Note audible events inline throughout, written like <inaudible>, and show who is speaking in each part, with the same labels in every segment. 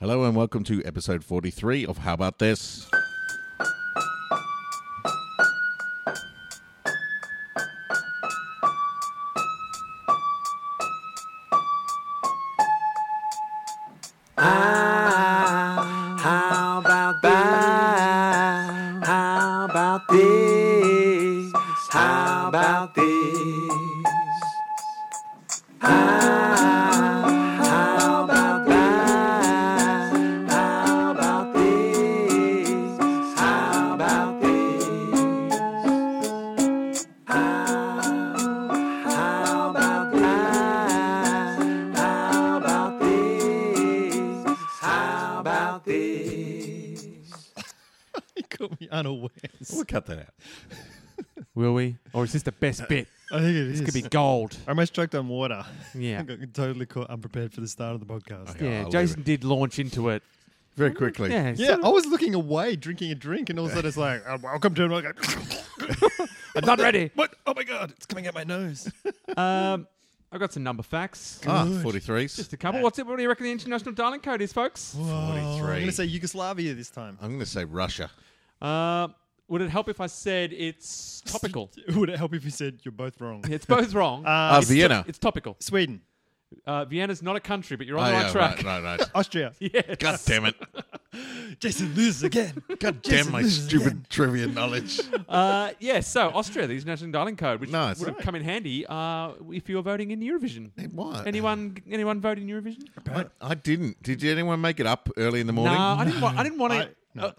Speaker 1: Hello and welcome to episode 43 of How About This?
Speaker 2: How about this? How about this? How about this? How about that? How about this? How about this? How about that? How about this? How about this?
Speaker 3: <laughs>
Speaker 4: He caught me unawares.
Speaker 1: We'll cut that out.
Speaker 3: Will we? Or is this the
Speaker 4: Uh,
Speaker 3: best bit?
Speaker 4: I think it is.
Speaker 3: This could be
Speaker 4: <laughs>
Speaker 3: gold.
Speaker 4: I almost choked on water. <laughs> I
Speaker 3: Yeah.
Speaker 4: got totally caught unprepared for the start of the podcast.
Speaker 1: Okay. I'll
Speaker 3: Yeah,
Speaker 1: leave
Speaker 3: Jason
Speaker 1: it.
Speaker 3: did launch into it.
Speaker 1: Very quickly.
Speaker 3: Yeah,
Speaker 4: Yeah, I was looking away, drinking a drink, and all of a sudden it's like, oh, "Welcome to." And <laughs> I go,
Speaker 3: I'm not ready.
Speaker 4: "What? Oh my god, it's coming out my
Speaker 3: <laughs>
Speaker 4: nose!"
Speaker 3: Um, I've got some number facts.
Speaker 1: Ah, 43s.
Speaker 3: Just a couple. What's it? What do you reckon the international darling code is, folks?
Speaker 4: I'm
Speaker 1: 43.
Speaker 4: going to say Yugoslavia this time.
Speaker 1: I'm going to say Russia.
Speaker 3: Uh, would it help if I
Speaker 4: <laughs>
Speaker 3: said it's topical?
Speaker 4: Would it help if you said you're both wrong?
Speaker 3: It's both wrong.
Speaker 1: Ah,
Speaker 4: Uh,
Speaker 1: Vienna.
Speaker 3: It's topical.
Speaker 4: Sweden,
Speaker 3: Uh, Vienna's not a country, but you're
Speaker 1: Oh,
Speaker 3: on the
Speaker 1: yeah,
Speaker 3: right track.
Speaker 1: Right, right, right.
Speaker 4: Austria.
Speaker 3: <laughs> Yes.
Speaker 1: God damn
Speaker 3: <laughs>
Speaker 1: it.
Speaker 4: Jason loses again.
Speaker 1: God
Speaker 4: Jason
Speaker 1: damn my
Speaker 4: loses
Speaker 1: stupid
Speaker 4: again.
Speaker 1: trivia
Speaker 3: <laughs>
Speaker 1: knowledge.
Speaker 3: Uh, yeah, so Austria, the international darling code, which
Speaker 1: Nice.
Speaker 3: would have come in handy uh, if you were voting in Eurovision.
Speaker 1: It was.
Speaker 3: Anyone? Anyone vote in Eurovision?
Speaker 1: I, I didn't. Did anyone make it up early in the morning?
Speaker 3: No, I didn't. Want, I didn't want
Speaker 4: I-
Speaker 3: to.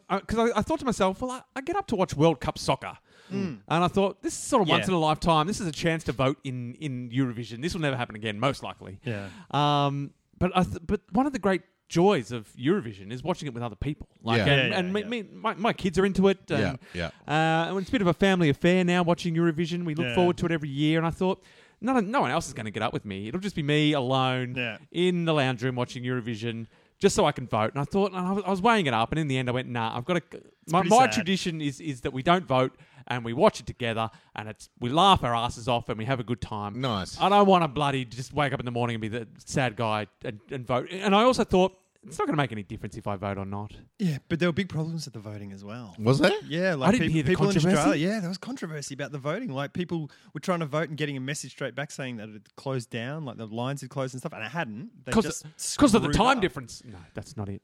Speaker 3: Because I, I thought to myself, well, I, I get up to watch World Cup soccer, and I thought this is sort of
Speaker 4: Hmm. Yeah.
Speaker 3: once in a lifetime. This is a chance to vote in in Eurovision. This will never happen again, most likely.
Speaker 4: Yeah.
Speaker 3: Um. But I th- but one of the great joys of Eurovision is watching it with other people. Like,
Speaker 1: Yeah.
Speaker 3: and,
Speaker 4: Yeah, yeah,
Speaker 3: and me-
Speaker 4: yeah.
Speaker 3: me- my, my kids are into it. And,
Speaker 1: Yeah,
Speaker 3: Uh, and it's a bit of a family affair now watching Eurovision. We look
Speaker 4: Yeah.
Speaker 3: forward to it every year, and I thought. No, no one else is going to get up with me. It'll just be me alone
Speaker 4: Yeah.
Speaker 3: in the lounge room watching Eurovision just so I can vote. And I thought, and I was, I was weighing it up, and in the end, I went, nah, I've got to. My,
Speaker 4: pretty
Speaker 3: my
Speaker 4: sad.
Speaker 3: tradition is is that we don't vote and we watch it together, and it's we laugh our asses off and we have a good time.
Speaker 1: Nice.
Speaker 3: I don't want to bloody just wake up in the morning and be the sad guy and, and vote. And I also thought it's not going to make any difference if I vote or not.
Speaker 4: Yeah, but there were big problems with the voting as well.
Speaker 1: Was
Speaker 3: <laughs>
Speaker 1: there?
Speaker 4: Yeah, like
Speaker 3: didn't
Speaker 4: peop-
Speaker 3: hear the
Speaker 4: people in
Speaker 3: controversy.
Speaker 4: Australia. Yeah, there was controversy about the voting. Like people were trying to vote and getting a message straight back saying that it had closed down, like the lines had closed and stuff, and it hadn't. They
Speaker 3: Because
Speaker 4: just
Speaker 3: of the
Speaker 4: screwed
Speaker 3: time
Speaker 4: up.
Speaker 3: difference. No, that's not it.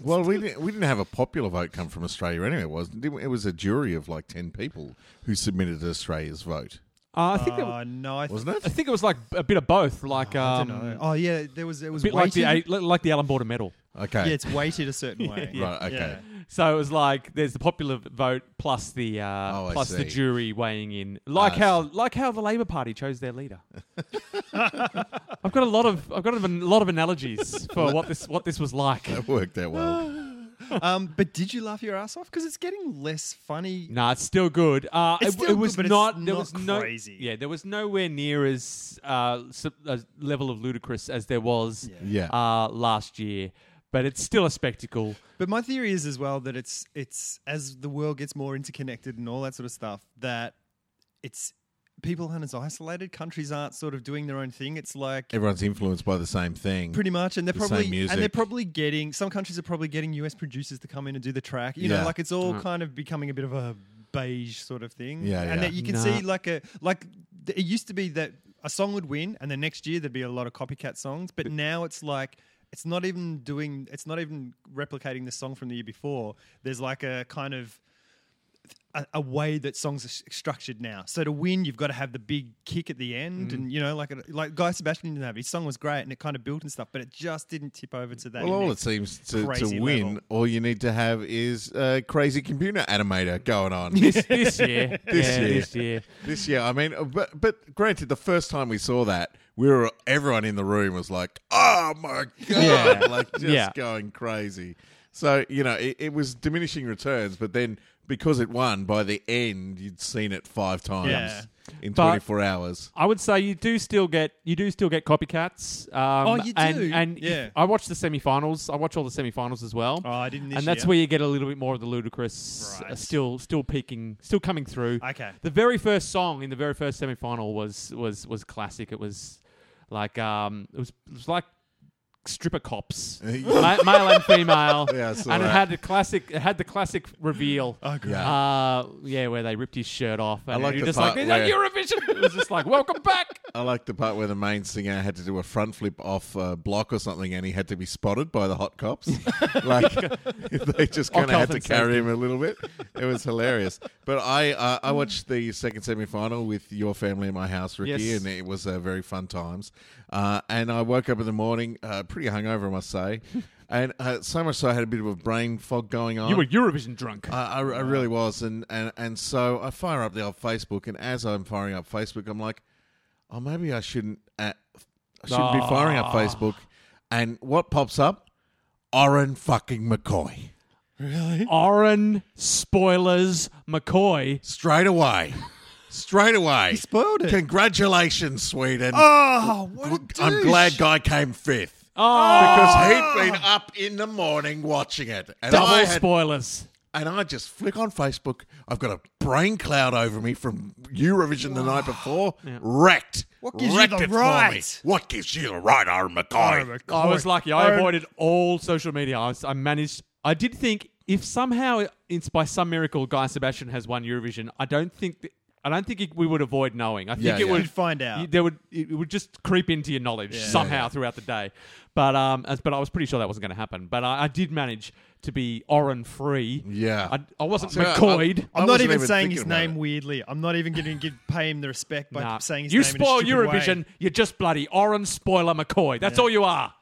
Speaker 1: Well, we didn't, we didn't have a popular vote come from Australia anyway, wasn't it? It was a jury of like 10 people who submitted Australia's vote,
Speaker 3: Uh, I think that-
Speaker 4: Oh no, I th-
Speaker 1: wasn't
Speaker 3: I
Speaker 1: it?
Speaker 3: think it was like a bit of both, like
Speaker 4: I
Speaker 3: um,
Speaker 4: don't know. Oh yeah, there was it
Speaker 3: a
Speaker 4: was
Speaker 3: bit
Speaker 4: weighted.
Speaker 3: like the A- like the Alan Border Medal.
Speaker 1: Okay. <laughs>
Speaker 4: yeah, it's weighted a
Speaker 3: <laughs>
Speaker 4: certain way.
Speaker 1: yeah. Right, okay.
Speaker 4: Yeah.
Speaker 3: So it was like there's the popular vote plus the uh,
Speaker 1: Oh, I
Speaker 3: plus the
Speaker 1: see.
Speaker 3: jury weighing in, like
Speaker 4: Ah,
Speaker 1: I
Speaker 3: how like how the Labor Party chose their leader. <laughs> I've got a lot of I've got a lot of analogies for what this what this was
Speaker 4: <laughs>
Speaker 3: like.
Speaker 1: That worked out well.
Speaker 3: Ah.
Speaker 4: Um, but did you laugh your ass off? Because it's getting less funny.
Speaker 3: Nah, it's still good. Uh,
Speaker 4: It's
Speaker 3: it,
Speaker 4: still
Speaker 3: it
Speaker 4: good,
Speaker 3: was
Speaker 4: but it's
Speaker 3: not. there
Speaker 4: not
Speaker 3: was no.
Speaker 4: crazy.
Speaker 3: Yeah, there was nowhere near as uh, su- as level of ludicrous as there was
Speaker 1: Yeah.
Speaker 3: uh, last year, but it's still a spectacle.
Speaker 4: But my theory is as well that it's it's as the world gets more interconnected and all that sort of stuff that it's people aren't as isolated. Countries aren't sort of doing their own thing. It's like
Speaker 1: Everyone's influenced by the same thing.
Speaker 4: Pretty much, and they're
Speaker 1: The same
Speaker 4: probably
Speaker 1: music.
Speaker 4: and they're probably getting some countries are probably getting US producers to come in and do the track. You
Speaker 1: Yeah.
Speaker 4: know, like it's all kind of becoming a bit of a beige sort of thing.
Speaker 1: Yeah,
Speaker 4: and
Speaker 1: yeah.
Speaker 4: that you can
Speaker 3: Nah.
Speaker 4: see like a like th- it used to be that a song would win, and the next year there'd be a lot of copycat songs, but now it's like. It's not even doing. It's not even replicating the song from the year before. There's like a kind of a, a way that songs are s- structured now. So to win, you've got to have the big kick at the
Speaker 1: Mm.
Speaker 4: end, and you know, like like Guy Sebastian didn't have his song was great and it kind of built and stuff, but it just didn't tip over to that.
Speaker 1: Well, all it
Speaker 4: next-
Speaker 1: seems to, to
Speaker 4: crazy
Speaker 1: win,
Speaker 4: level.
Speaker 1: all you need to have is a crazy computer animator going
Speaker 4: <laughs>
Speaker 1: on.
Speaker 3: This, this year,
Speaker 1: <laughs> This
Speaker 3: yeah,
Speaker 1: year.
Speaker 3: this year.
Speaker 1: this year, I mean, but but granted, the first time we saw that, we were everyone in the room was like, "Oh my god!"
Speaker 3: Yeah.
Speaker 1: <laughs> Like just
Speaker 3: Yeah.
Speaker 1: going crazy. So you know, it, it was diminishing returns, but then because it won, by the end, you'd seen it five times
Speaker 4: Yeah.
Speaker 1: in
Speaker 3: But-
Speaker 1: twenty four
Speaker 4: <laughs>
Speaker 1: hours.
Speaker 3: I would say you do still get you do still get copycats. Um,
Speaker 4: Oh, you
Speaker 3: And,
Speaker 4: do?
Speaker 3: and if-
Speaker 4: Yeah.
Speaker 3: I watch the semi-finals. I watch all the semi-finals as well.
Speaker 4: Oh, I didn't. This
Speaker 3: and that's
Speaker 4: year.
Speaker 3: where you get a little bit more of the ludicrous,
Speaker 4: Right.
Speaker 3: uh, still still peaking, still coming through.
Speaker 4: Okay.
Speaker 3: The very first song in the very first semi-final was was was classic. It was like um, it was it was like stripper cops,
Speaker 1: Yeah.
Speaker 3: ma- male and female,
Speaker 1: <laughs> Yeah, I saw
Speaker 3: and
Speaker 1: that.
Speaker 3: it
Speaker 1: Oh,
Speaker 3: had the classic. It had the classic reveal.
Speaker 1: Yeah.
Speaker 3: Uh, yeah, where they ripped his shirt off, and
Speaker 1: like
Speaker 3: he
Speaker 1: the
Speaker 3: just like,
Speaker 1: part
Speaker 3: "There's a
Speaker 1: where-
Speaker 3: Eurovision." It was just like, "Welcome
Speaker 1: <laughs>
Speaker 3: back."
Speaker 1: I like the part where the main singer had to do a front flip off a block or something, and he had to be spotted by the hot cops. <laughs> like they just kind of
Speaker 3: health
Speaker 1: had to
Speaker 3: and
Speaker 1: carry him a little bit. It was hilarious. But I uh,
Speaker 3: Hmm.
Speaker 1: I watched the second semi final with your family in my house, Ricky,
Speaker 3: Yes.
Speaker 1: and it was uh, very fun times. Uh, and I woke up in the morning uh, pretty hungover, I must
Speaker 3: <laughs>
Speaker 1: say, and uh, so much so I had a bit of a brain fog going on.
Speaker 3: You were Eurovision drunk.
Speaker 1: I, I, I really was, and, and and so I fire up the old Facebook, and as I'm firing up Facebook, I'm like, oh, maybe I shouldn't, uh, I shouldn't be firing
Speaker 4: Ah.
Speaker 1: up Facebook. And what pops up? Oren fucking McCoy
Speaker 3: Oren spoilers McCoy.
Speaker 1: straight away, straight away. He
Speaker 4: spoiled it.
Speaker 1: Congratulations, Sweden.
Speaker 4: Oh, what a
Speaker 1: I'm
Speaker 4: douche.
Speaker 1: glad Guy came fifth.
Speaker 3: Oh,
Speaker 1: Because
Speaker 4: Ah.
Speaker 1: he'd been up in the morning watching it, and
Speaker 3: double
Speaker 1: I had
Speaker 3: spoilers.
Speaker 1: and I just flick on Facebook. I've got a brain cloud over me from Eurovision the night before. Wrecked. What
Speaker 4: gives you
Speaker 1: Wrecked
Speaker 4: the
Speaker 1: it for me.
Speaker 4: right?
Speaker 1: What gives you the right, Aaron McCoy?
Speaker 4: Aaron McCoy.
Speaker 3: I was
Speaker 4: Correct.
Speaker 3: lucky. I
Speaker 4: Own-
Speaker 3: avoided all social media. I, was, I managed. I did think if somehow it's by some miracle Guy Sebastian has won Eurovision, I don't think th- I don't think it, we would avoid knowing. I think
Speaker 1: Yeah,
Speaker 3: it
Speaker 1: yeah.
Speaker 3: would
Speaker 4: You'd find out.
Speaker 3: you- there would it would just creep into your knowledge somehow throughout the day. But um, as, but I was pretty sure that wasn't going to happen. But I, I did manage to be Oren free.
Speaker 1: Yeah.
Speaker 3: I, I wasn't
Speaker 1: So, I-
Speaker 3: McCoyed.
Speaker 1: I
Speaker 4: I'm not
Speaker 1: wasn't
Speaker 4: even,
Speaker 1: even
Speaker 4: saying
Speaker 1: thinking
Speaker 4: his
Speaker 1: about
Speaker 4: name
Speaker 1: it.
Speaker 4: weirdly. I'm not even going to give pay him the respect by
Speaker 3: Nah.
Speaker 4: saying his
Speaker 3: you
Speaker 4: name.
Speaker 3: spoil
Speaker 4: in a stupid
Speaker 3: Eurovision.
Speaker 4: Way.
Speaker 3: You're just bloody Oren spoiler McCoy. That's all you are.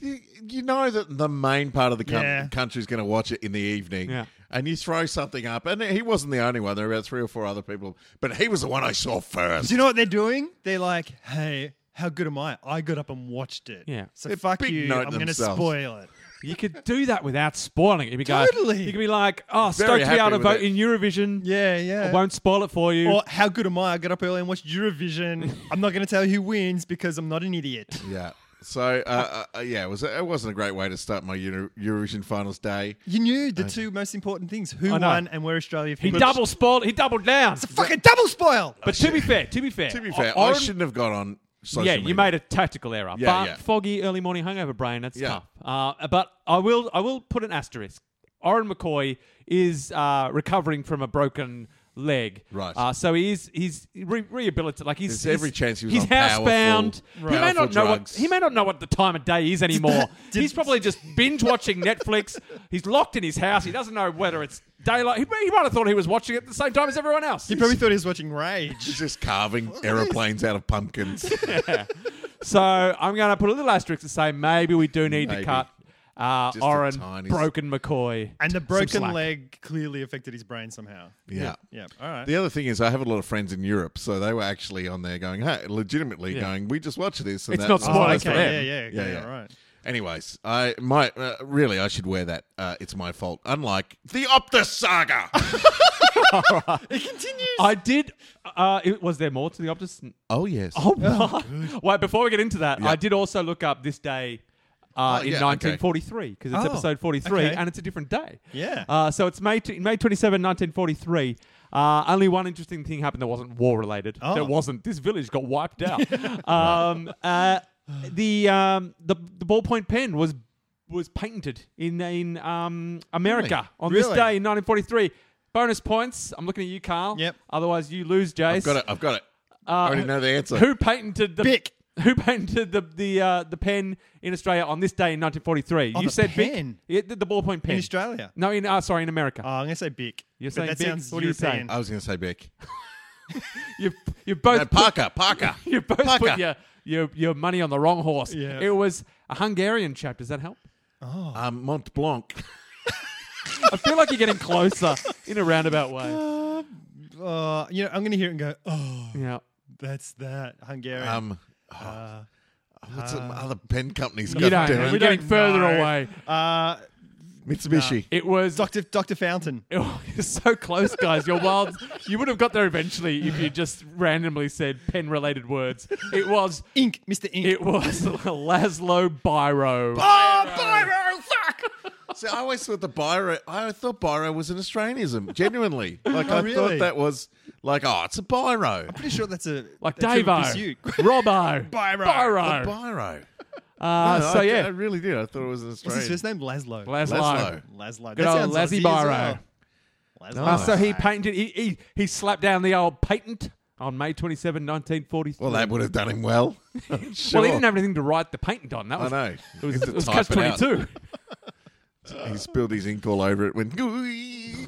Speaker 1: You, you know that the main part of the com-
Speaker 4: Yeah.
Speaker 1: country's going to watch it in the evening.
Speaker 3: Yeah.
Speaker 1: And you throw something up, and he wasn't the only one. There were about three or four other people, but he was the one I saw first.
Speaker 4: Do you know what they're doing? They're like, hey, how good am I? I got up and watched it.
Speaker 3: Yeah.
Speaker 4: So
Speaker 1: They're
Speaker 4: fuck
Speaker 1: big
Speaker 4: you.
Speaker 1: note
Speaker 4: I'm going to
Speaker 1: themselves.
Speaker 4: spoil it.
Speaker 3: You could do that without spoiling it. You could go-
Speaker 4: Totally.
Speaker 3: You could be like, oh,
Speaker 1: Very
Speaker 3: stoked to be able
Speaker 1: happy
Speaker 3: to
Speaker 1: with
Speaker 3: vote
Speaker 1: it.
Speaker 3: in Eurovision.
Speaker 4: Yeah, yeah.
Speaker 3: I won't spoil it for you.
Speaker 4: Or how good am I? I got up early and watched
Speaker 3: <laughs>
Speaker 4: Eurovision. I'm not going to tell you who wins because I'm not an idiot.
Speaker 1: Yeah. So, uh, uh, uh, yeah, it, was, it wasn't a great way to start my Euro- Eurovision finals day.
Speaker 4: You knew the two most important things: who
Speaker 3: I know.
Speaker 4: won and where Australia
Speaker 3: he
Speaker 4: finished.
Speaker 3: double spoiled. He doubled down.
Speaker 4: It's a fucking double spoil.
Speaker 3: But to be fair, to be fair,
Speaker 1: To be fair,
Speaker 3: Oren-
Speaker 1: I shouldn't have got on social
Speaker 3: yeah,
Speaker 1: media.
Speaker 3: you made a tactical error.
Speaker 1: Yeah,
Speaker 3: but
Speaker 1: yeah.
Speaker 3: foggy early morning hungover brain. That's
Speaker 1: Yeah.
Speaker 3: tough. Uh, but I will. I will put an asterisk. Oren McCoy is uh, recovering from a broken leg.
Speaker 1: Right.
Speaker 3: Uh, so he is he's re- rehabilitated. Like he's
Speaker 1: There's every
Speaker 3: he's-
Speaker 1: chance he was
Speaker 3: he's
Speaker 1: on powerful-
Speaker 3: housebound. He may
Speaker 1: powerful
Speaker 3: not know what
Speaker 1: drugs.
Speaker 3: he may not know what the time of day
Speaker 1: <laughs>
Speaker 3: is anymore. he's probably just binge watching Netflix. He's locked in his house. He doesn't know whether it's daylight. He, he might have thought he was watching it at the same time as everyone else.
Speaker 4: He probably thought he was watching Rage.
Speaker 1: He's just carving aeroplanes out of <laughs> pumpkins.
Speaker 3: So I'm going to put a little asterisk to say maybe we do need to
Speaker 1: Maybe.
Speaker 3: cut uh,
Speaker 1: Just a
Speaker 3: Oren
Speaker 1: tiny-
Speaker 3: Broken McCoy.
Speaker 4: And the
Speaker 3: Some
Speaker 4: broken
Speaker 3: slack.
Speaker 4: leg clearly affected his brain somehow.
Speaker 1: Yeah.
Speaker 4: Yeah. All right.
Speaker 1: The other thing is, I have a lot of friends in Europe, so they were actually on there going, "Hey, legitimately
Speaker 3: Yeah.
Speaker 1: going, we just watched this." And
Speaker 3: It's
Speaker 1: that
Speaker 3: not
Speaker 1: was
Speaker 4: Oh,
Speaker 1: nice
Speaker 3: spoilers
Speaker 1: for
Speaker 4: okay.
Speaker 1: them."
Speaker 4: Yeah, yeah,
Speaker 1: Yeah,
Speaker 4: okay,
Speaker 1: yeah.
Speaker 4: All right.
Speaker 1: Anyways, I my uh, really I should wear that. Uh, it's my fault. Unlike the Optus saga,
Speaker 3: I did. Uh, it, was there more to the Optus?
Speaker 1: <laughs> <laughs> oh yes,
Speaker 3: Oh, my. Wait, before we get into that,
Speaker 1: Yeah.
Speaker 3: I did also look up this day. Uh,
Speaker 1: Oh,
Speaker 3: in
Speaker 1: yeah, okay.
Speaker 3: 1943, because it's
Speaker 4: Oh,
Speaker 3: episode 43,
Speaker 4: okay.
Speaker 3: and it's a different day.
Speaker 4: Yeah.
Speaker 3: Uh, so it's May t- May 27, 1943. Uh, only one interesting thing happened that wasn't war related.
Speaker 4: Oh.
Speaker 3: That wasn't this village got wiped out.
Speaker 1: <laughs>
Speaker 3: um, uh, the um, the the ballpoint pen was was patented in in um, America
Speaker 1: Really?
Speaker 3: on this
Speaker 4: Really?
Speaker 3: day in 1943. Bonus points. I'm looking at you, Carl.
Speaker 4: Yep.
Speaker 3: Otherwise, you lose, Jace.
Speaker 1: I've got it. I've got it.
Speaker 3: Uh,
Speaker 1: I already know the answer.
Speaker 3: Who patented the
Speaker 4: Bic.
Speaker 3: Who patented the the uh, the pen in Australia on this day in 1943?
Speaker 4: Oh,
Speaker 3: you
Speaker 4: the
Speaker 3: said Bic.
Speaker 4: pen.
Speaker 3: Yeah, the, the ballpoint pen
Speaker 4: In Australia.
Speaker 3: No, in uh, sorry, in America.
Speaker 4: Oh, I'm going to say Bic.
Speaker 3: You're
Speaker 4: But
Speaker 3: saying
Speaker 4: that
Speaker 3: Bic?
Speaker 4: sounds
Speaker 3: What are you
Speaker 4: European.
Speaker 3: saying?
Speaker 1: I was going to say Beck.
Speaker 3: you you both
Speaker 1: No,
Speaker 3: <laughs>
Speaker 1: Parker. Parker.
Speaker 3: put, you both
Speaker 1: Parker.
Speaker 3: put your, your your money on the wrong horse.
Speaker 4: Yeah.
Speaker 3: It was a Hungarian chap. Does that help? Oh.
Speaker 1: um, Mont Blanc.
Speaker 3: I feel like you're getting
Speaker 4: <laughs>
Speaker 3: closer in a roundabout way.
Speaker 4: Uh, you know, I'm going to hear it and go, oh,
Speaker 3: Yeah.
Speaker 4: that's that Hungarian.
Speaker 1: Um,
Speaker 4: uh,
Speaker 1: what's some other pen companies?
Speaker 3: Uh, You don't.
Speaker 1: goddamn
Speaker 3: We're
Speaker 1: it?
Speaker 3: getting
Speaker 4: don't
Speaker 3: further
Speaker 4: know.
Speaker 3: away.
Speaker 4: uh,
Speaker 1: Mitsubishi.
Speaker 3: It was <laughs>
Speaker 4: Dr. Dr. Fountain.
Speaker 3: Oh, you're so close, guys. You're wild. You would have got there eventually if you just randomly said pen related words. It was.
Speaker 4: Ink. Mr. Ink. Oh,
Speaker 3: It
Speaker 1: <laughs>
Speaker 3: was <laughs> Laszlo Biro. <laughs>
Speaker 1: See, I always thought the biro. I thought biro was an Australianism.
Speaker 3: <laughs>
Speaker 1: Genuinely, like
Speaker 4: Oh,
Speaker 1: I
Speaker 4: really?
Speaker 1: thought that was like, oh, it's a biro.
Speaker 4: pretty sure that's a
Speaker 1: <laughs>
Speaker 4: <laughs>
Speaker 3: like
Speaker 4: a trivial
Speaker 3: Davo.
Speaker 4: pursuit.
Speaker 3: Robbo.
Speaker 4: Biro.
Speaker 1: A
Speaker 3: Biro.
Speaker 1: biro.
Speaker 3: Uh,
Speaker 1: No,
Speaker 3: so
Speaker 1: I,
Speaker 3: yeah,
Speaker 1: I really did. I thought it was an
Speaker 4: What's his
Speaker 1: Australian.
Speaker 4: first name? Laszlo.
Speaker 3: Laszlo.
Speaker 1: Laszlo.
Speaker 4: Laszlo.
Speaker 3: Good
Speaker 4: That
Speaker 3: old
Speaker 4: sounds
Speaker 3: Lazzy
Speaker 4: Aussie as
Speaker 3: Biro.
Speaker 4: well. Laszlo.
Speaker 3: Uh,
Speaker 1: Nice.
Speaker 3: so he patented. He, he he slapped down the old patent on May 27, 1943.
Speaker 1: Well, that would have done him well. <laughs> I'm sure.
Speaker 3: Well, he didn't have anything to write the patent on. That
Speaker 1: I
Speaker 3: was
Speaker 1: know.
Speaker 3: <laughs> It was,
Speaker 1: He had to
Speaker 3: it was
Speaker 1: type
Speaker 3: catch
Speaker 1: it out. <laughs>
Speaker 3: 22.
Speaker 1: He spilled his ink all over it. Went. "Gooey."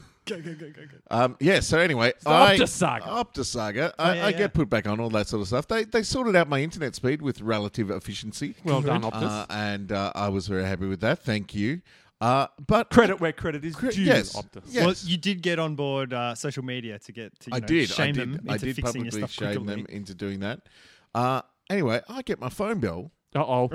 Speaker 1: Um, yeah. So anyway, I,
Speaker 3: Optosaga.
Speaker 1: Optosaga. I,
Speaker 4: yeah,
Speaker 1: I
Speaker 4: yeah.
Speaker 1: get put back on all that sort of stuff. They they sorted out my internet speed with relative efficiency.
Speaker 3: Well done, Optus.
Speaker 1: Uh, and uh, I was very happy with that. Thank you. Uh, but
Speaker 3: credit where credit is
Speaker 1: Cre-
Speaker 3: due,
Speaker 1: yes.
Speaker 3: Optus.
Speaker 1: Yes.
Speaker 4: Well, you did get on board uh, social media to get to you
Speaker 1: I
Speaker 4: know,
Speaker 1: did.
Speaker 4: shame
Speaker 1: I did.
Speaker 4: them into
Speaker 1: I did
Speaker 4: fixing your
Speaker 1: publicly
Speaker 4: stuff
Speaker 1: shame
Speaker 4: quickly.
Speaker 1: them into doing that. Uh, anyway, I get my phone bill. <laughs>
Speaker 3: Uh-oh.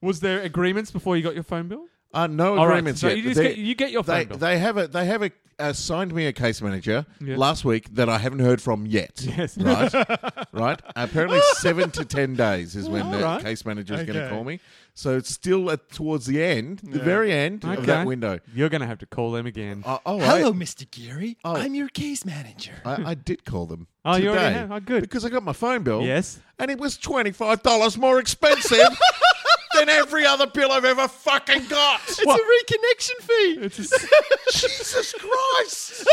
Speaker 3: Was there agreements before you got your phone bill?
Speaker 1: Uh, no
Speaker 3: All right,
Speaker 1: agreements
Speaker 3: so
Speaker 1: yet.
Speaker 3: you just
Speaker 1: They-
Speaker 3: get- you get your phone
Speaker 1: they,
Speaker 3: bill.
Speaker 1: They have a they have a uh, signed me a case manager
Speaker 3: Yeah.
Speaker 1: last week that I haven't heard from yet.
Speaker 3: Yes. <laughs>
Speaker 1: Right. right. Apparently seven to ten days is when the
Speaker 3: Alright.
Speaker 1: case manager is going
Speaker 4: Okay.
Speaker 1: to call me. So it's still at towards the end, the very end of that window.
Speaker 3: You're going to have to call them again.
Speaker 1: Uh, oh,
Speaker 4: Hello,
Speaker 1: I,
Speaker 4: Mr. Geary.
Speaker 1: Oh.
Speaker 4: I'm your case manager.
Speaker 1: I, I did call them.
Speaker 3: Oh,
Speaker 1: today
Speaker 3: you already have? Oh, good.
Speaker 1: Because I got my phone bill.
Speaker 3: Yes.
Speaker 1: And it was twenty five dollars more expensive
Speaker 3: <laughs>
Speaker 1: than every other bill I've ever fucking got.
Speaker 4: it's a reconnection fee.
Speaker 1: <laughs> Jesus Christ!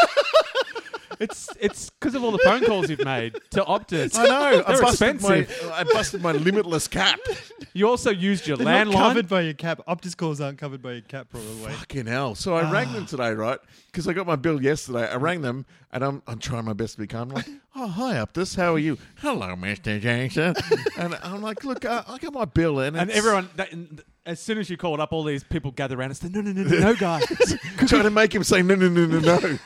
Speaker 3: It's it's because of all the phone calls you've made to Optus.
Speaker 1: I know. I
Speaker 3: <laughs> They're
Speaker 1: busted, my,
Speaker 3: expensive.
Speaker 1: I busted my limitless cap.
Speaker 3: You also used your
Speaker 4: They're not
Speaker 3: landline.
Speaker 4: covered by your cap. Optus calls aren't covered by your cap, probably.
Speaker 1: Fucking hell. So I rang
Speaker 3: Ah.
Speaker 1: them today, right? Because I got my bill yesterday. I rang them and I'm, I'm trying my best to be calm. like, oh, hi, Uptus. How are you? Hello, Mr.
Speaker 3: <laughs>
Speaker 1: Jackson. and I'm like, look, uh, I, I got my bill in.
Speaker 3: And
Speaker 1: it's-
Speaker 3: everyone, that, and as soon as you called up, all these people gather around and say, no, no, no, no, no, guys.
Speaker 1: Trying to make him say, no, no, no, no, no.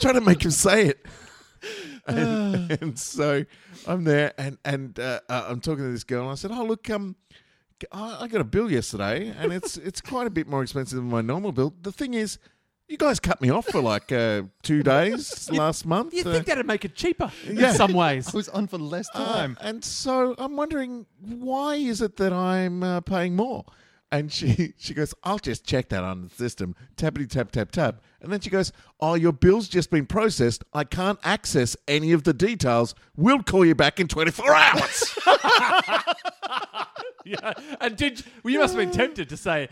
Speaker 1: trying to make him say it.
Speaker 3: Ah.
Speaker 1: And, and so I'm there and, and uh, uh, I'm talking to this girl and I said, oh, look, um, I I got a bill yesterday, and it's it's quite a bit more expensive than my normal bill. The thing is, you guys cut me off for like uh, two days last month.
Speaker 3: <laughs> you
Speaker 1: uh,
Speaker 3: think that'd make it cheaper
Speaker 1: Yeah.
Speaker 3: in some ways.
Speaker 4: I was on for less
Speaker 1: uh,
Speaker 4: time.
Speaker 1: and so I'm wondering why is it that I'm uh, paying more? And she <laughs> she goes, I'll just check that on the system. Tappity tap tap tap. And then she goes, Oh, your bill's just been processed. I can't access any of the details. We'll call you back in 24 hours.
Speaker 3: yeah. And did well, you must have been tempted to say,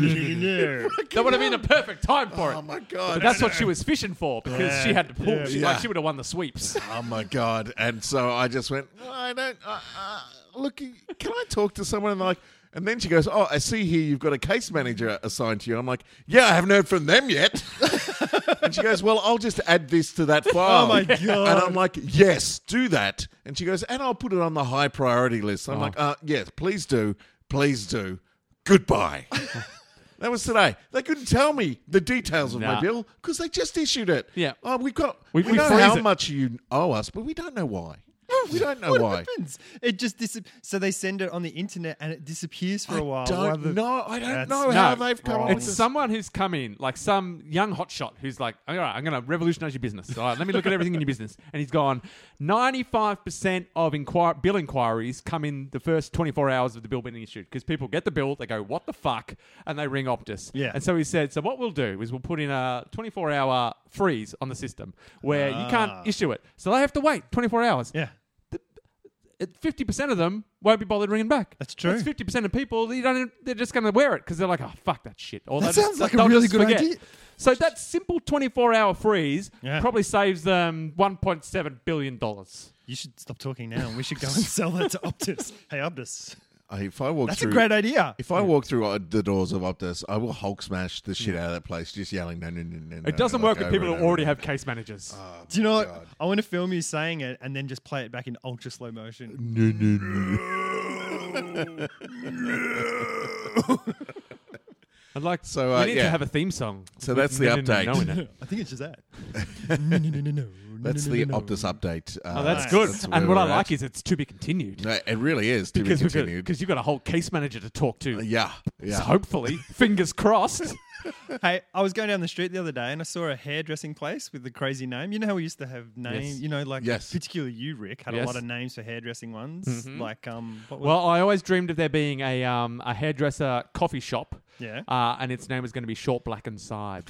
Speaker 3: that would have been a perfect time for
Speaker 1: <laughs>
Speaker 3: it.
Speaker 1: oh my god!
Speaker 3: But that's what she was fishing for because she had to pull.
Speaker 4: Yeah.
Speaker 3: She,
Speaker 1: Yeah.
Speaker 3: Like she would have won the sweeps.
Speaker 1: Oh my god! And so I just went. I don't uh, uh, look. Can I talk to someone? And like, and then she goes, "Oh, I see here you've got a case manager assigned to you." I'm like, "Yeah, I haven't heard from them
Speaker 3: <laughs>
Speaker 1: yet." and she goes, "Well, I'll just add this to that file."
Speaker 4: Oh my
Speaker 1: And
Speaker 4: God.
Speaker 1: I'm like, "Yes, do that." And she goes, "And I'll put it on the high priority list."
Speaker 3: Oh.
Speaker 1: I'm like, uh, "Yes, please do, please do."
Speaker 3: <laughs>
Speaker 1: Goodbye. That was today. They couldn't tell me the details of
Speaker 3: Nah.
Speaker 1: my bill because they just issued it.
Speaker 3: Yeah.
Speaker 1: Oh, we've got
Speaker 3: We-
Speaker 1: we,
Speaker 3: we
Speaker 1: know
Speaker 3: freeze
Speaker 1: how
Speaker 3: it.
Speaker 1: much you owe us, but we don't know why. We don't know
Speaker 4: what
Speaker 1: why.
Speaker 4: happens? It just dis- so they send it on the internet and it disappears for a while. while
Speaker 1: Don't
Speaker 4: the-
Speaker 1: know. I don't
Speaker 4: That's
Speaker 1: know how they've come
Speaker 4: wrong.
Speaker 1: up
Speaker 3: It's
Speaker 1: with this.
Speaker 3: someone who's come in, like some young hotshot who's like, all right, I'm going to revolutionize your business. All right, let me look at everything in your business. And he's gone, 95% of inquir- bill inquiries come in the first 24 hours of the bill being issued because people get the bill, they go, what the fuck? And they ring Optus.
Speaker 4: Yeah.
Speaker 3: And so he said, so what we'll do is we'll put in a 24 hour freeze on the system where you
Speaker 4: Ah.
Speaker 3: can't issue it. So they have to wait 24 hours.
Speaker 4: Yeah.
Speaker 3: fifty percent of them won't be bothered ringing back.
Speaker 4: That's true.
Speaker 3: fifty percent of people. You don't. They're just going to wear it because they're like, oh fuck that shit. Or
Speaker 4: That
Speaker 3: they'll just-
Speaker 4: sounds like a
Speaker 3: they'll
Speaker 4: really
Speaker 3: just
Speaker 4: good
Speaker 3: forget.
Speaker 4: idea.
Speaker 3: So that simple twenty-four hour freeze
Speaker 4: Yeah.
Speaker 3: probably saves them one point seven billion dollars.
Speaker 4: You should stop talking now. and We should go and sell that to
Speaker 1: <laughs>
Speaker 4: Optus. Hey, Optus.
Speaker 1: If I walk
Speaker 4: That's
Speaker 1: through,
Speaker 4: a great idea.
Speaker 1: if I walk through uh, the doors of Optus, I will Hulk smash the shit out of that place, just yelling, "No, no, no, no!" no,
Speaker 3: It doesn't
Speaker 1: like,
Speaker 3: work with
Speaker 1: over
Speaker 3: people
Speaker 1: and
Speaker 3: who
Speaker 1: over
Speaker 3: already
Speaker 1: again. Uh,
Speaker 3: have case managers.
Speaker 4: Do
Speaker 1: Oh
Speaker 4: you know what? I want to film you saying it and then just play it back in ultra
Speaker 1: <laughs>
Speaker 4: slow motion.
Speaker 1: No, no, no.
Speaker 3: I'd like.
Speaker 1: So,
Speaker 3: we
Speaker 1: uh,
Speaker 3: need to
Speaker 1: yeah.
Speaker 3: have a theme song.
Speaker 1: So
Speaker 3: with
Speaker 1: that's the
Speaker 3: no, no, no,
Speaker 1: update.
Speaker 3: no
Speaker 1: <laughs>
Speaker 3: in it.
Speaker 4: I think it's just that. No, no, no, no, no.
Speaker 1: That's
Speaker 4: No,
Speaker 1: the
Speaker 4: no, no, no.
Speaker 1: Optus update. Uh,
Speaker 3: Oh, that's
Speaker 4: Nice.
Speaker 3: good.
Speaker 1: that's
Speaker 3: and
Speaker 1: where
Speaker 3: what I
Speaker 1: we're
Speaker 3: like
Speaker 1: at.
Speaker 3: is it's to be continued.
Speaker 1: No, it really is to
Speaker 3: Because
Speaker 1: be
Speaker 3: we've got-
Speaker 1: continued.
Speaker 3: 'cause you've got a whole case manager to talk to.
Speaker 1: yeah, yeah. <laughs>
Speaker 3: So hopefully, fingers crossed.
Speaker 4: Hey, I was going down the street the other day and I saw a hairdressing place with the crazy name. You know how we used to have names?
Speaker 3: Yes.
Speaker 4: You know, like
Speaker 1: Yes.
Speaker 4: particularly you, Rick, had
Speaker 3: Yes.
Speaker 4: a lot of names for hairdressing ones. Like, um, what was
Speaker 3: Well, I always dreamed of there being a um, a hairdresser coffee shop.
Speaker 4: Yeah.
Speaker 3: Uh, and its
Speaker 4: <laughs>
Speaker 3: name <laughs> was going to be Short Black and Side.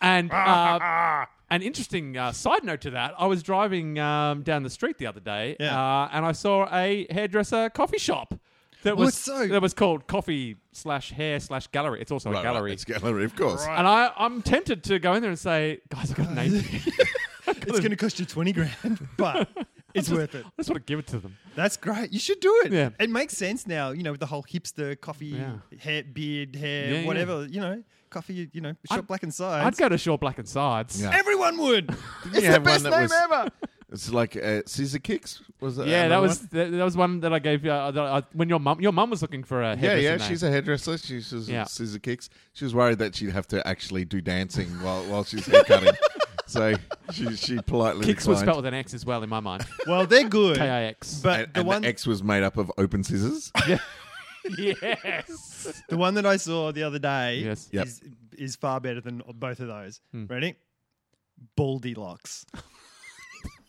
Speaker 3: and uh, An interesting uh, side note to that: I was driving um, down the street the other day,
Speaker 4: Yeah.
Speaker 3: uh, and I saw a hairdresser coffee shop that
Speaker 4: Well,
Speaker 3: was
Speaker 4: it's so-
Speaker 3: that was called Coffee Slash Hair Slash Gallery. It's also a
Speaker 1: Right, right,
Speaker 3: gallery,
Speaker 1: it's gallery, of course.
Speaker 3: and I, I'm tempted to go in there and say, "Guys, I got an agent. <laughs>
Speaker 4: It's going to cost you 20 <laughs> grand, but it's worth it.
Speaker 3: I just want to give it to them."
Speaker 4: That's great. You should do it.
Speaker 3: Yeah.
Speaker 4: It makes sense now, you know, with the whole hipster coffee,
Speaker 3: Yeah.
Speaker 4: hair, beard, hair,
Speaker 3: Yeah, yeah.
Speaker 4: whatever, you know, coffee, you know, shop
Speaker 3: I'd-
Speaker 4: black and
Speaker 3: I'd
Speaker 4: sides.
Speaker 3: go to Shaw Black and Sides.
Speaker 1: Yeah.
Speaker 4: Everyone
Speaker 3: <laughs>
Speaker 4: would. it's the
Speaker 1: have one
Speaker 4: best
Speaker 1: that
Speaker 4: name
Speaker 1: was-
Speaker 4: ever.
Speaker 1: It's like uh, scissor kicks. Was that
Speaker 3: Yeah, that
Speaker 1: another
Speaker 3: was
Speaker 1: one?
Speaker 3: that, that was one that I gave uh, that I, when your mum your mum was looking for a
Speaker 1: Yeah,
Speaker 3: hairdresser
Speaker 1: yeah,
Speaker 3: name.
Speaker 1: she's a hairdresser. She says
Speaker 3: Yeah.
Speaker 1: scissor kicks. She was worried that she'd have to actually do dancing while while she's
Speaker 3: <laughs>
Speaker 1: haircutting. so she she politely
Speaker 3: Kicks was
Speaker 1: declined.
Speaker 3: spelled with an X as well in my mind.
Speaker 4: Well, they're good.
Speaker 3: K I X.
Speaker 4: But
Speaker 1: and,
Speaker 4: the
Speaker 1: and
Speaker 4: one
Speaker 1: the X was made up of open
Speaker 3: <laughs>
Speaker 1: scissors.
Speaker 3: Yes.
Speaker 4: the one that I saw the other day
Speaker 3: Yes. Hmm.
Speaker 1: Yep.
Speaker 4: is is far better than both of those. Ready? Baldy locks.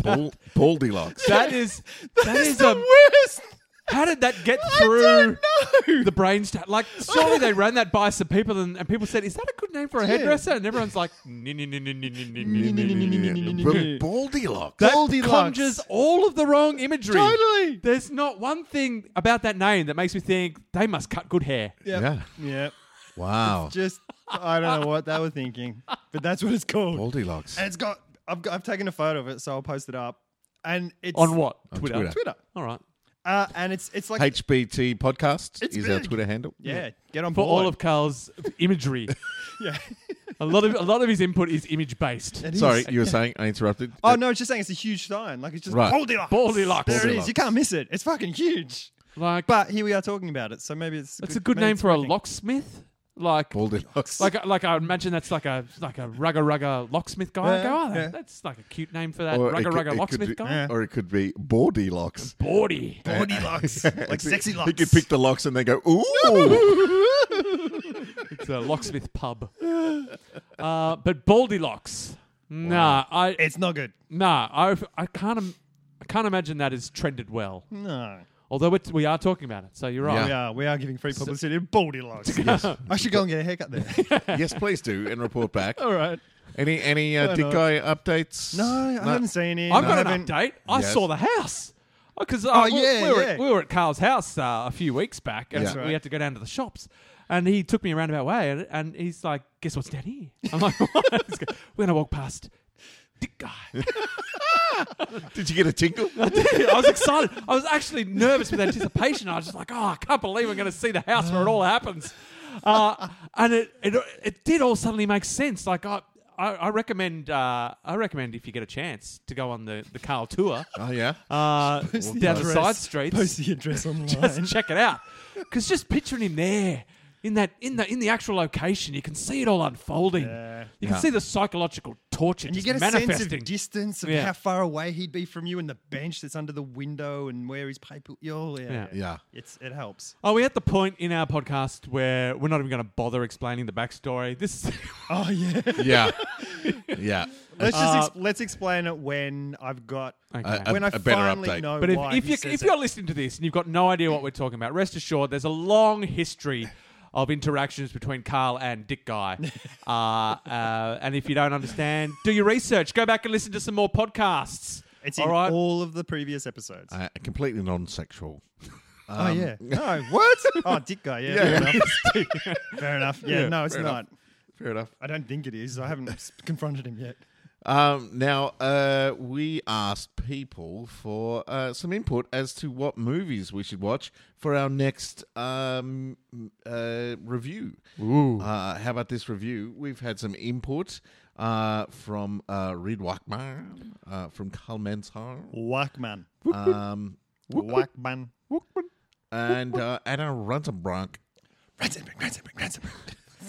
Speaker 1: Bal- baldy locks.
Speaker 3: That is that
Speaker 4: That's
Speaker 3: is
Speaker 4: the
Speaker 3: a
Speaker 4: worst.
Speaker 3: how did that get
Speaker 4: I
Speaker 3: through
Speaker 4: don't know.
Speaker 3: the brain sta- like surely they ran that by some people and, and people said, Is that a good name for a hairdresser? And everyone's like <laughs> "Nee, nee, nee, nee, nee, nee, nee,
Speaker 1: <laughs>
Speaker 3: nee, nee, nee, nee."
Speaker 1: But baldy locks.
Speaker 3: That
Speaker 4: Goldilocks.
Speaker 3: conjures all of the wrong imagery.
Speaker 4: Totally.
Speaker 3: There's not one thing about that name that makes me think they must cut good hair.
Speaker 4: Yep.
Speaker 1: Yeah.
Speaker 4: Yep.
Speaker 1: Wow.
Speaker 4: Just I don't know what they were thinking, but that's what it's called.
Speaker 1: Baldy locks.
Speaker 4: And it's got I've got, I've taken a photo of it, so I'll post it up. And it's
Speaker 3: On what?
Speaker 1: On Twitter.
Speaker 4: Twitter.
Speaker 3: All right.
Speaker 4: Uh, and it's it's like
Speaker 1: HBT podcast
Speaker 4: It's
Speaker 1: is our
Speaker 4: big.
Speaker 1: Twitter handle.
Speaker 4: yeah, get on
Speaker 3: For
Speaker 4: board.
Speaker 3: all of Carl's imagery,
Speaker 4: <laughs> yeah.
Speaker 3: a lot of a lot of his input is image based.
Speaker 4: It is.
Speaker 1: Sorry, you were saying I interrupted.
Speaker 4: Oh no, it's just saying it's a huge sign. Like it's just
Speaker 1: Right.
Speaker 4: baldy locks.
Speaker 3: Baldy locks.
Speaker 4: There it
Speaker 1: Baldy
Speaker 4: is. You
Speaker 1: locks.
Speaker 4: can't miss it. It's fucking huge.
Speaker 3: Like
Speaker 4: But here we are talking about it, so maybe it's
Speaker 3: That's a good name for a locksmith. Like,
Speaker 1: Baldy locks.
Speaker 3: like, like I imagine that's like a like a rugger rugger locksmith guy. I
Speaker 4: Yeah,
Speaker 3: go, oh,
Speaker 4: yeah.
Speaker 3: that's like a cute name for that
Speaker 1: Or it
Speaker 3: rugger
Speaker 1: could- it
Speaker 3: rugger
Speaker 1: could
Speaker 3: locksmith
Speaker 1: be-
Speaker 3: guy.
Speaker 4: yeah.
Speaker 1: or it could be baldy locks.
Speaker 3: Bawdy.
Speaker 4: Baldy
Speaker 3: <laughs>
Speaker 4: locks, like sexy locks.
Speaker 1: You could pick the locks and they go, ooh.
Speaker 3: It's a locksmith
Speaker 4: <laughs>
Speaker 3: pub. Uh, but baldy locks. Nah, I
Speaker 4: it's not good.
Speaker 3: nah, I I can't im- I can't imagine that has trended well.
Speaker 4: No,
Speaker 3: Although it's, we are talking about it, so you're right.
Speaker 4: we are we are giving free publicity to baldy
Speaker 3: <laughs>
Speaker 4: locks. I should go and get a haircut there.
Speaker 1: yes, please do and report back.
Speaker 3: <laughs> All right.
Speaker 1: Any any uh, dick
Speaker 4: no.
Speaker 1: guy updates?
Speaker 4: no, I haven't seen it.
Speaker 3: I've
Speaker 4: I
Speaker 3: got an
Speaker 4: haven't-
Speaker 3: update. I
Speaker 1: Yes.
Speaker 3: saw the house. Because uh,
Speaker 4: Oh,
Speaker 3: we,
Speaker 4: yeah,
Speaker 3: we were
Speaker 4: yeah.
Speaker 3: At, we were at Carl's house uh, a few weeks back, and
Speaker 1: That's
Speaker 3: we
Speaker 4: right.
Speaker 3: had to go down to the shops. And he took me around about way, and, and he's like, "Guess what's down here?" I'm like, <laughs> what? He's go- "We're gonna walk past Dick Guy." <laughs>
Speaker 1: Did you get a tingle?
Speaker 3: I was excited. I was actually nervous with anticipation. I was just like, "Oh, I can't believe we're gonna see the house where it all happens." Uh, and it, it it did all suddenly make sense. Like I. I I recommend uh, I recommend if you get a chance to go on the, the Carl tour.
Speaker 1: <laughs> oh yeah.
Speaker 3: uh,
Speaker 4: the
Speaker 3: down the
Speaker 4: address.
Speaker 3: side streets.
Speaker 4: Post the address online.
Speaker 3: <laughs> Just check it out. Because just picturing him there in that in the in the actual location, you can see it all unfolding.
Speaker 4: Yeah.
Speaker 3: You can
Speaker 1: Yeah.
Speaker 3: see the psychological torture
Speaker 4: And you
Speaker 3: just
Speaker 4: get a sense
Speaker 3: manifesting.
Speaker 4: of distance of
Speaker 3: Yeah.
Speaker 4: how far away he'd be from you and the bench that's under the window and where his paper. Oh, yeah,
Speaker 3: Yeah.
Speaker 4: yeah.
Speaker 1: Yeah.
Speaker 4: It's it helps.
Speaker 3: Are we Oh, at the point in our podcast where we're not even going to bother explaining the backstory? <laughs> This
Speaker 4: Oh yeah.
Speaker 1: Yeah. yeah.
Speaker 4: let's just
Speaker 3: Uh,
Speaker 4: ex- let's explain it when I've got
Speaker 3: okay.
Speaker 1: I-
Speaker 4: when I
Speaker 1: A- a better
Speaker 4: finally
Speaker 1: update.
Speaker 4: know
Speaker 3: but if,
Speaker 4: why
Speaker 3: if,
Speaker 4: he
Speaker 3: you,
Speaker 4: says
Speaker 3: if
Speaker 4: it.
Speaker 3: you're listening to this and you've got no idea what we're talking about, rest assured there's a long history of interactions between Carl and Dick
Speaker 4: <laughs>
Speaker 3: Guy. uh, uh, and if you don't understand, do your research. Go back and listen to some more podcasts.
Speaker 4: it's
Speaker 3: all
Speaker 4: in
Speaker 3: right?
Speaker 4: all of the previous episodes.
Speaker 1: Uh, completely non-sexual. <laughs>
Speaker 4: oh yeah. No what? <laughs> oh, dick guy. Yeah. Fair,
Speaker 1: Yeah.
Speaker 4: Enough.
Speaker 1: <laughs>
Speaker 4: fair enough. Yeah. no, it's
Speaker 1: fair
Speaker 4: not.
Speaker 1: enough. Fair enough.
Speaker 4: I don't think it is. I haven't s- confronted him yet.
Speaker 1: Um, now, uh, we asked people for uh, some input as to what movies we should watch for our next um, uh, review. Uh, how about this review? We've had some input uh, from uh, Reid Wachman, uh, from Carl Mensah,
Speaker 4: Whackman.
Speaker 1: um,
Speaker 4: Whackman.
Speaker 1: and uh, Anna Runtenbrank.
Speaker 4: Ratzenbrink, Ratzenbrink, Ratzenbrink. <laughs>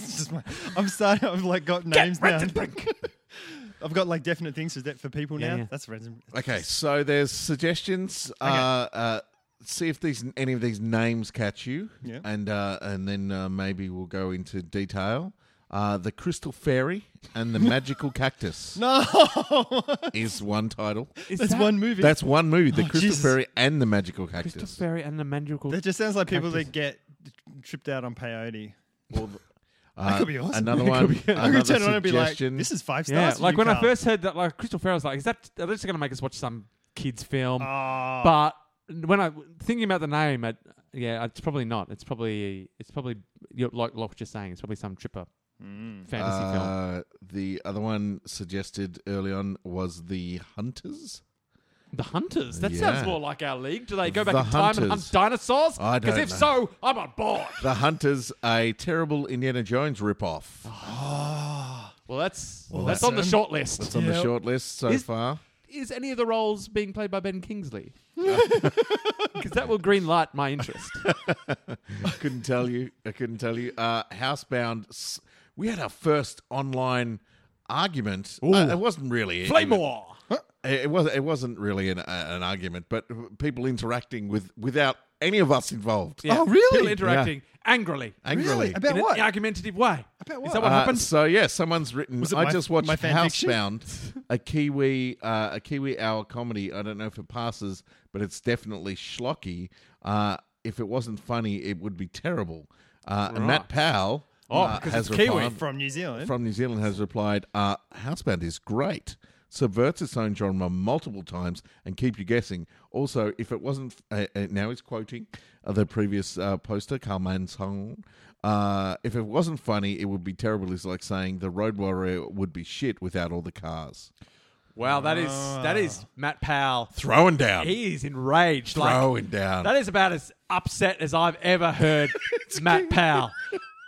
Speaker 4: It's just my- I'm starting. I've like got names now. I've got like definite things for, de- for people
Speaker 3: Yeah,
Speaker 4: now.
Speaker 3: yeah.
Speaker 4: That's Ratzenbrink.
Speaker 1: Okay, so there's suggestions. Uh, uh, see if these any of these names catch you,
Speaker 4: Yeah.
Speaker 1: and uh, and then uh, maybe we'll go into detail. Uh, the Crystal Fairy and the Magical
Speaker 4: <laughs>
Speaker 1: Cactus
Speaker 4: <laughs> No,
Speaker 1: is one title.
Speaker 4: <laughs>
Speaker 3: Is
Speaker 4: that's
Speaker 3: that
Speaker 4: one movie.
Speaker 1: That's one movie, The
Speaker 4: Oh,
Speaker 1: Crystal
Speaker 4: Jesus.
Speaker 1: Fairy and the Magical
Speaker 3: Crystal
Speaker 1: Cactus.
Speaker 3: Fairy and the Mandracle.
Speaker 4: that just sounds like people
Speaker 3: Cactus.
Speaker 4: that get tripped out on peyote.
Speaker 1: Well, th- Uh,
Speaker 4: could be awesome. <laughs>
Speaker 1: Another
Speaker 4: That
Speaker 1: one.
Speaker 4: could be- I'm
Speaker 1: another
Speaker 4: gonna turn it on and be like,
Speaker 1: suggestion.
Speaker 4: "This is five
Speaker 3: Yeah,
Speaker 4: stars."
Speaker 3: like when I first heard that, like Crystal Farrell's like, is that are they just going to make us watch some kids film?
Speaker 4: Oh,
Speaker 3: but when I thinking about the name, it, yeah, it's probably not. It's probably it's probably you know, like like what you're saying. It's probably some tripper fantasy film.
Speaker 1: Uh, the other one suggested early on was The Hunters.
Speaker 3: The Hunters. That
Speaker 1: yeah.
Speaker 3: sounds more like our league. Do they go back
Speaker 1: The
Speaker 3: in time and
Speaker 1: Hunters.
Speaker 3: hunt dinosaurs?
Speaker 1: I
Speaker 3: Because
Speaker 1: don't
Speaker 3: if
Speaker 1: know.
Speaker 3: so, I'm on board.
Speaker 1: The Hunters, a terrible Indiana Jones ripoff.
Speaker 3: Oh,
Speaker 1: Ah,
Speaker 3: Well, that's that's,
Speaker 4: that's
Speaker 3: on the
Speaker 4: um,
Speaker 3: short list.
Speaker 1: It's on the
Speaker 4: Yep.
Speaker 1: short list so
Speaker 3: Is-
Speaker 1: far.
Speaker 3: Is any of the roles being played by Ben Kingsley? Because that will green light my interest.
Speaker 1: couldn't tell you. I couldn't tell you. Uh, housebound. s- We had our first online argument. Uh, it wasn't really. Uh,
Speaker 3: <laughs> Playmore.
Speaker 1: It, it was. It wasn't really an, uh, an argument, but people interacting with without any of us involved.
Speaker 3: Yeah,
Speaker 4: Oh, really?
Speaker 3: People interacting angrily.
Speaker 1: Angrily.
Speaker 4: Really? About
Speaker 3: in
Speaker 4: what?
Speaker 3: an argumentative way.
Speaker 4: About
Speaker 3: Is
Speaker 4: what?
Speaker 3: that what
Speaker 1: Uh,
Speaker 3: happened?
Speaker 1: so yeah, someone's written.
Speaker 4: Was it
Speaker 1: I
Speaker 4: my-
Speaker 1: just watched
Speaker 4: my fan fiction?"
Speaker 1: Housebound, a Kiwi, uh, a Kiwi hour comedy. I don't know if it passes, but it's definitely schlocky. Uh, if it wasn't funny, it would be terrible. Uh, And Matt Powell
Speaker 3: Oh,
Speaker 1: uh,
Speaker 3: because
Speaker 1: has
Speaker 3: it's Kiwi.
Speaker 1: replied-
Speaker 4: from New Zealand.
Speaker 1: from New Zealand has replied, uh, Housebound is great. Subverts its own genre multiple times and keep you guessing. Also, if it wasn't, uh, uh, now he's quoting uh, the previous uh, poster, Carl Mansong. Uh, if it wasn't funny, it would be terrible. It's like saying the Road Warrior would be shit without all the cars.
Speaker 3: Wow, that is that
Speaker 1: Ah.
Speaker 3: is Matt Powell.
Speaker 1: Throwing down.
Speaker 3: He is enraged.
Speaker 1: Throwing
Speaker 3: like,
Speaker 1: down.
Speaker 3: That is about as upset as I've
Speaker 1: <laughs>
Speaker 3: ever heard Matt Powell.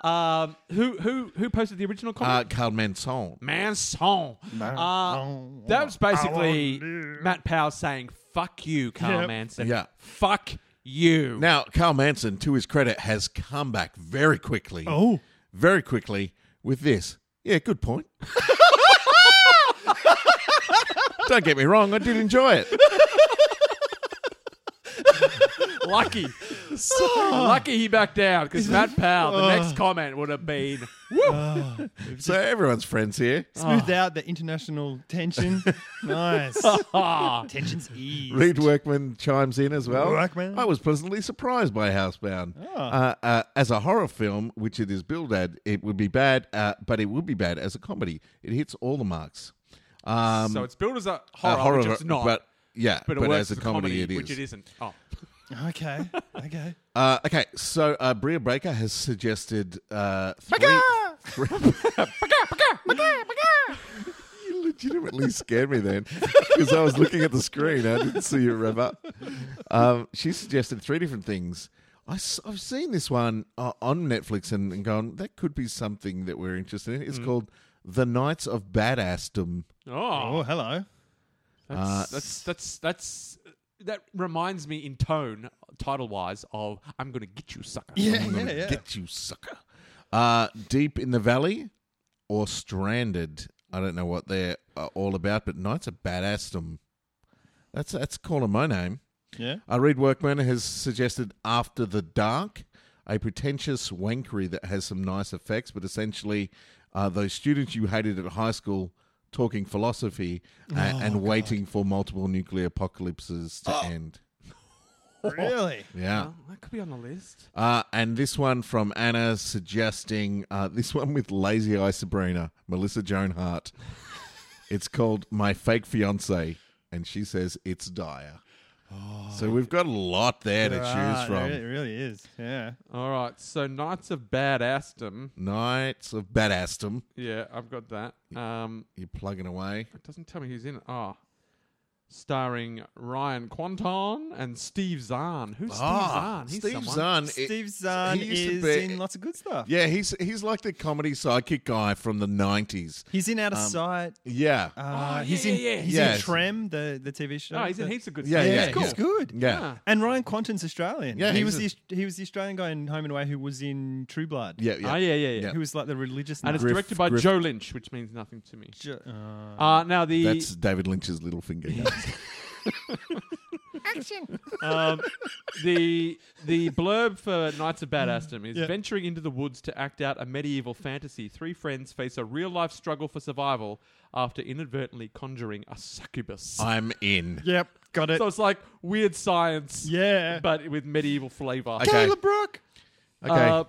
Speaker 3: Um, who who who posted the original
Speaker 1: uh,
Speaker 3: comment?
Speaker 1: Carl Manson.
Speaker 3: Manson. Uh, that was basically Matt Powell saying "fuck you, Carl
Speaker 4: Yep.
Speaker 3: Manson."
Speaker 1: Yeah.
Speaker 3: fuck you.
Speaker 1: Now, Carl Manson, to his credit, has come back very quickly.
Speaker 4: Oh.
Speaker 1: Very quickly with this. Yeah, good
Speaker 4: <laughs>
Speaker 1: point. Don't get me wrong, I did enjoy it.
Speaker 3: <laughs>
Speaker 1: <laughs>
Speaker 3: lucky, So lucky he backed down because Matt Powell. The next comment would have been
Speaker 1: So everyone's friends here.
Speaker 4: Smoothed out the international
Speaker 1: <laughs>
Speaker 4: tension. nice.
Speaker 3: ah.
Speaker 4: Tensions eased.
Speaker 1: Reed Workman chimes in as well.
Speaker 4: Workman. Ah.
Speaker 1: I was pleasantly surprised by Housebound. Uh, uh, as a horror film, which it is billed at, it would be bad, uh, but it would be bad as a comedy. It hits all the marks. Um,
Speaker 3: so it's billed as a
Speaker 1: a
Speaker 3: horror, which it's not.
Speaker 1: but yeah,
Speaker 3: but
Speaker 1: but,
Speaker 3: it works
Speaker 1: as a comedy, it is.
Speaker 3: which it isn't. Oh,
Speaker 4: Okay. <laughs> Okay.
Speaker 1: Uh, okay, so uh, Bria Breaker has suggested uh, three. <laughs> three- You legitimately scared me then because I was looking at the screen. I didn't see you rev up. Um, she suggested three different things. I, have seen this one uh, on Netflix and, and gone, that could be something that we're interested in. It's called The Knights of Badassdom.
Speaker 3: oh,
Speaker 4: Oh, hello.
Speaker 3: that's, that's that's that's that reminds me in tone, title wise, of "I'm gonna get you, sucker."
Speaker 4: Yeah,
Speaker 1: I'm
Speaker 4: yeah,
Speaker 1: gonna
Speaker 4: yeah.
Speaker 1: Get you, sucker. Uh, deep in the valley or stranded. I don't know what they're uh, all about, but Knights of Badassdom. That's that's calling my name.
Speaker 4: yeah.
Speaker 1: Uh, Reed Workman has suggested After the Dark, a pretentious wankery that has some nice effects, but essentially uh, those students you hated at high school talking philosophy a-
Speaker 4: Oh,
Speaker 1: and waiting for multiple nuclear apocalypses to end.
Speaker 4: Oh. Really?
Speaker 1: Yeah.
Speaker 3: Oh, that could be on the list.
Speaker 1: Uh, and this one from Anna suggesting uh, this one with Lazy Eye Sabrina, Melissa Joan Hart. It's called My Fake Fiance, and she says it's dire. so we've got a lot there to choose
Speaker 4: Right,
Speaker 1: from.
Speaker 4: It really is. Yeah.
Speaker 3: All right, so Knights of Badassdom.
Speaker 1: Knights of Badassdom.
Speaker 3: Yeah, I've got that. Um,
Speaker 1: You're plugging away.
Speaker 3: it doesn't tell me who's in it. Ah. Starring Ryan Quanton and Steve Zahn. Who's
Speaker 1: Ah,
Speaker 3: Steve Zahn? He's
Speaker 1: Steve
Speaker 3: someone.
Speaker 1: Zahn. it-
Speaker 4: Steve Zahn
Speaker 1: he used to
Speaker 4: is
Speaker 1: be-
Speaker 4: in lots of good stuff.
Speaker 1: Yeah, he's he's like the comedy sidekick guy from the '90s.
Speaker 4: He's in
Speaker 1: Um,
Speaker 4: Out of Sight.
Speaker 1: Yeah,
Speaker 4: Uh,
Speaker 3: Oh, yeah,
Speaker 4: he's
Speaker 3: yeah,
Speaker 4: in
Speaker 3: yeah.
Speaker 4: He's
Speaker 1: Yeah.
Speaker 4: in Trem, the, the TV show.
Speaker 3: Oh, he's in
Speaker 4: The-
Speaker 3: heaps of good
Speaker 1: Yeah,
Speaker 3: stuff.
Speaker 4: Yeah,
Speaker 1: yeah,
Speaker 4: he's
Speaker 1: yeah.
Speaker 4: good.
Speaker 1: yeah.
Speaker 3: Ah.
Speaker 4: And Ryan Quanton's Australian.
Speaker 1: Yeah,
Speaker 4: he
Speaker 1: he's
Speaker 4: was
Speaker 1: a-
Speaker 4: the he was the Australian guy in Home and Away who was in True Blood.
Speaker 1: yeah,
Speaker 3: Oh,
Speaker 1: yeah,
Speaker 3: yeah, yeah, yeah.
Speaker 1: Yeah.
Speaker 4: Who was like the religious
Speaker 3: And it's
Speaker 1: Griff-
Speaker 3: directed by
Speaker 1: Griff-
Speaker 3: Joe Lynch, which means nothing to me.
Speaker 4: nut. Uh,
Speaker 3: Uh, now the
Speaker 1: That's David Lynch's little finger.
Speaker 3: um, the the blurb for Knights of Badassdom is
Speaker 4: Yeah.
Speaker 3: venturing into the woods to act out a medieval fantasy. Three friends face a real life struggle for survival after inadvertently conjuring a succubus.
Speaker 1: I'm in.
Speaker 4: Yep, got it.
Speaker 3: so it's like weird science,
Speaker 4: yeah.
Speaker 3: but with medieval flavor.
Speaker 1: Okay.
Speaker 4: Brooke.
Speaker 1: Okay.
Speaker 3: Uh,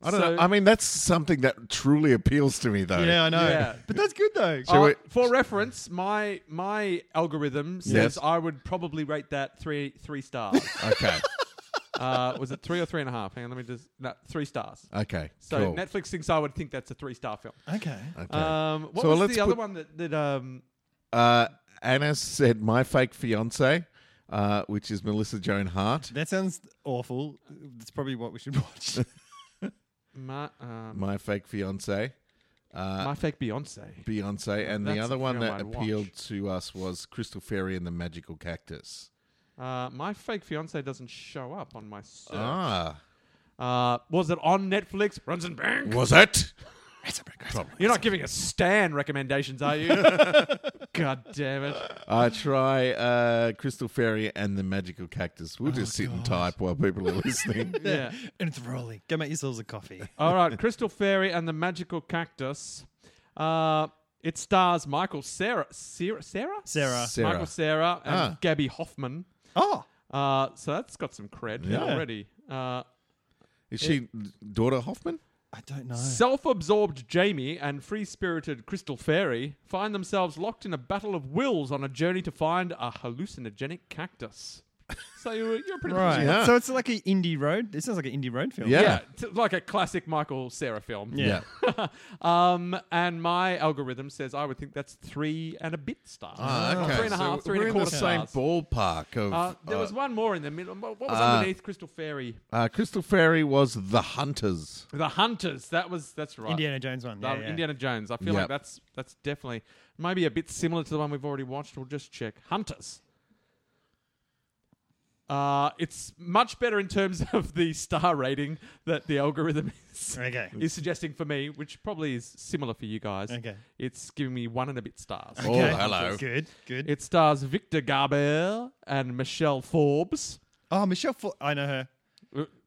Speaker 1: I don't
Speaker 3: So-
Speaker 1: know. I mean, that's something that truly appeals to me, though.
Speaker 4: Yeah, I know.
Speaker 3: Yeah.
Speaker 4: But that's good though.
Speaker 1: Shall
Speaker 3: Uh,
Speaker 1: we-
Speaker 3: for reference, my my algorithm says
Speaker 1: Yes.
Speaker 3: I would probably rate that three
Speaker 1: <laughs>
Speaker 3: three stars.
Speaker 1: <laughs> Okay.
Speaker 3: uh, was it three or three and a half? Hang on, let me just no three stars.
Speaker 1: Okay.
Speaker 3: <laughs> So
Speaker 1: cool.
Speaker 3: Netflix thinks I would think that's a three star film.
Speaker 4: Oh, Okay.
Speaker 1: okay.
Speaker 3: Um, what
Speaker 1: So
Speaker 3: was
Speaker 1: let's
Speaker 3: the other
Speaker 1: put-
Speaker 3: one that that um?
Speaker 1: Uh, Anna said, "My fake fiance," uh, which is Melissa Joan Hart.
Speaker 4: That sounds awful. That's probably what we should watch.
Speaker 3: My, um,
Speaker 1: My fake fiance, uh,
Speaker 3: my fake Beyonce.
Speaker 1: Beyonce, and the
Speaker 3: That's
Speaker 1: other
Speaker 3: a
Speaker 1: one
Speaker 3: film
Speaker 1: that
Speaker 3: I'd
Speaker 1: appealed
Speaker 3: watch.
Speaker 1: to us was Crystal Fairy and the Magical Cactus.
Speaker 3: Uh, my fake fiance doesn't show up on my search.
Speaker 1: Ah,
Speaker 3: Uh, was it on Netflix? Runs and Bank.
Speaker 1: was it?
Speaker 3: You're not giving us Stan recommendations,
Speaker 1: <laughs>
Speaker 3: are you? God damn it!
Speaker 1: Uh, try uh, Crystal Fairy and the Magical Cactus.
Speaker 3: Oh,
Speaker 1: We'll just sit and type while people are listening.
Speaker 3: Yeah.
Speaker 4: and it's rolling. Go make yourselves a coffee.
Speaker 3: All right, Crystal Fairy and the Magical Cactus. Uh, it stars Michael Sarah, Sarah, Sarah,
Speaker 4: Sarah.
Speaker 1: Sarah.
Speaker 3: Michael Sarah, and
Speaker 1: Ah.
Speaker 3: Gabby Hoffman.
Speaker 4: Oh.
Speaker 3: Uh, so that's got some cred
Speaker 1: Yeah.
Speaker 3: already. Uh,
Speaker 1: Is she daughter Hoffman?
Speaker 4: I don't know.
Speaker 3: Self-absorbed Jamie and free-spirited Crystal Fairy find themselves locked in a battle of wills on a journey to find a hallucinogenic
Speaker 1: <laughs>
Speaker 3: cactus. So you- you're pretty
Speaker 4: Right.
Speaker 1: Yeah.
Speaker 4: So it's like an indie road. This sounds like an indie road film.
Speaker 1: Yeah.
Speaker 3: yeah, it's like a classic Michael Sarah film.
Speaker 4: Yeah.
Speaker 3: Um, and my algorithm says I would think that's three and a bit stars.
Speaker 1: Ah, okay.
Speaker 3: Three and a half,
Speaker 1: So
Speaker 3: three
Speaker 1: we're
Speaker 3: and a
Speaker 1: in the
Speaker 3: quarter
Speaker 1: same
Speaker 3: stars.
Speaker 1: ballpark of.
Speaker 3: Uh, there
Speaker 1: uh,
Speaker 3: was one more in the middle. What was
Speaker 1: Ah.
Speaker 3: underneath Crystal Fairy?
Speaker 1: uh, Crystal Fairy was the Hunters.
Speaker 3: The Hunters. That was that's right.
Speaker 4: Indiana Jones one.
Speaker 3: The-
Speaker 4: Yeah, yeah.
Speaker 3: Indiana Jones. I feel
Speaker 1: Yep.
Speaker 3: like that's that's definitely maybe a bit similar to the one we've already watched. We'll just check Hunters. Uh, it's much better in terms <laughs> of the star rating that the algorithm <laughs> is
Speaker 4: Okay.
Speaker 3: is suggesting for me, which probably is similar for you guys.
Speaker 4: Okay.
Speaker 3: It's giving me one and a bit stars.
Speaker 1: Oh,
Speaker 4: Okay.
Speaker 1: hello.
Speaker 4: Good. Good.
Speaker 3: It stars Victor Garber and Michelle Forbes.
Speaker 4: oh, Michelle. Fo- I know her.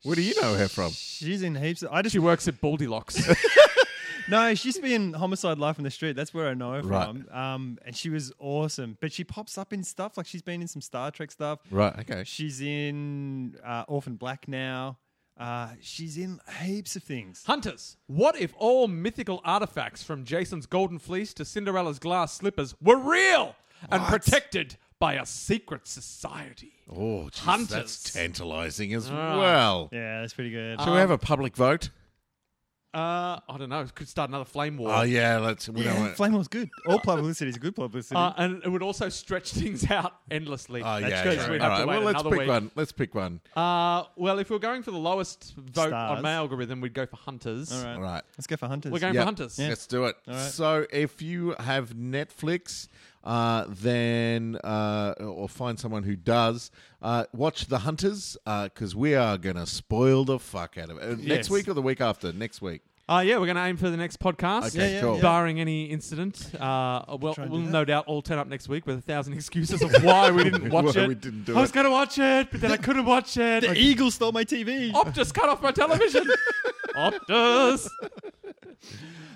Speaker 1: Where do you know her from?
Speaker 4: She's in heaps. Of- I just
Speaker 3: She works at
Speaker 4: <laughs>
Speaker 3: Baldylocks.
Speaker 4: No, she used to be in Homicide: Life on the Street. That's where I know her
Speaker 1: Right.
Speaker 4: from. Um, and she was awesome. But she pops up in stuff like she's been in some Star Trek stuff.
Speaker 1: Right. Okay.
Speaker 4: She's in uh, Orphan Black now. Uh, she's in heaps of things.
Speaker 3: Hunters, what if all mythical artifacts from Jason's golden fleece to Cinderella's glass slippers were real and protected by a secret society? Uh,
Speaker 1: Oh, geez,
Speaker 3: Hunters.
Speaker 1: that's tantalising as well.
Speaker 4: Yeah, that's pretty good.
Speaker 1: Shall we have a public vote?
Speaker 3: Uh, I don't know. It could start another flame war.
Speaker 1: Oh yeah, let's. We don't want.
Speaker 4: Uh, Flame was good. All publicity is good publicity.
Speaker 3: Uh, and it would also stretch <laughs> things out endlessly.
Speaker 1: Oh yeah,
Speaker 4: That's
Speaker 1: yeah.
Speaker 4: good.
Speaker 1: yeah.
Speaker 4: We'd
Speaker 1: All
Speaker 3: have to
Speaker 1: right. Well,
Speaker 3: wait
Speaker 1: let's
Speaker 3: another
Speaker 1: pick
Speaker 3: week.
Speaker 1: one. Let's pick one.
Speaker 3: Uh, well, if we're going for the lowest vote on
Speaker 4: Stars.
Speaker 3: my algorithm, we'd go for Hunters.
Speaker 4: All right.
Speaker 1: All right.
Speaker 4: Let's go for Hunters.
Speaker 3: We're going
Speaker 1: Yep.
Speaker 3: for Hunters.
Speaker 1: Let's do it. So, if you have Netflix, uh, then uh, or find someone who does, uh, watch The Hunters because we are gonna spoil the fuck out of it Uh, next
Speaker 3: Yes.
Speaker 1: week or the week after. Next week.
Speaker 3: Uh, yeah, we're going to aim for the next podcast.
Speaker 1: Okay, Yeah, yeah, cool. yeah.
Speaker 3: Barring any incident, uh, well,
Speaker 4: and
Speaker 3: we'll
Speaker 4: do that.
Speaker 3: no doubt all turn up next week with a thousand <laughs> excuses of why we
Speaker 1: <laughs>
Speaker 3: didn't watch
Speaker 1: Why
Speaker 3: it.
Speaker 1: we didn't do
Speaker 3: I was
Speaker 1: it. e-
Speaker 3: going to watch it, but then I couldn't watch it.
Speaker 4: The Eagle stole my TV.
Speaker 3: Optus cut off my television. <laughs> Optus.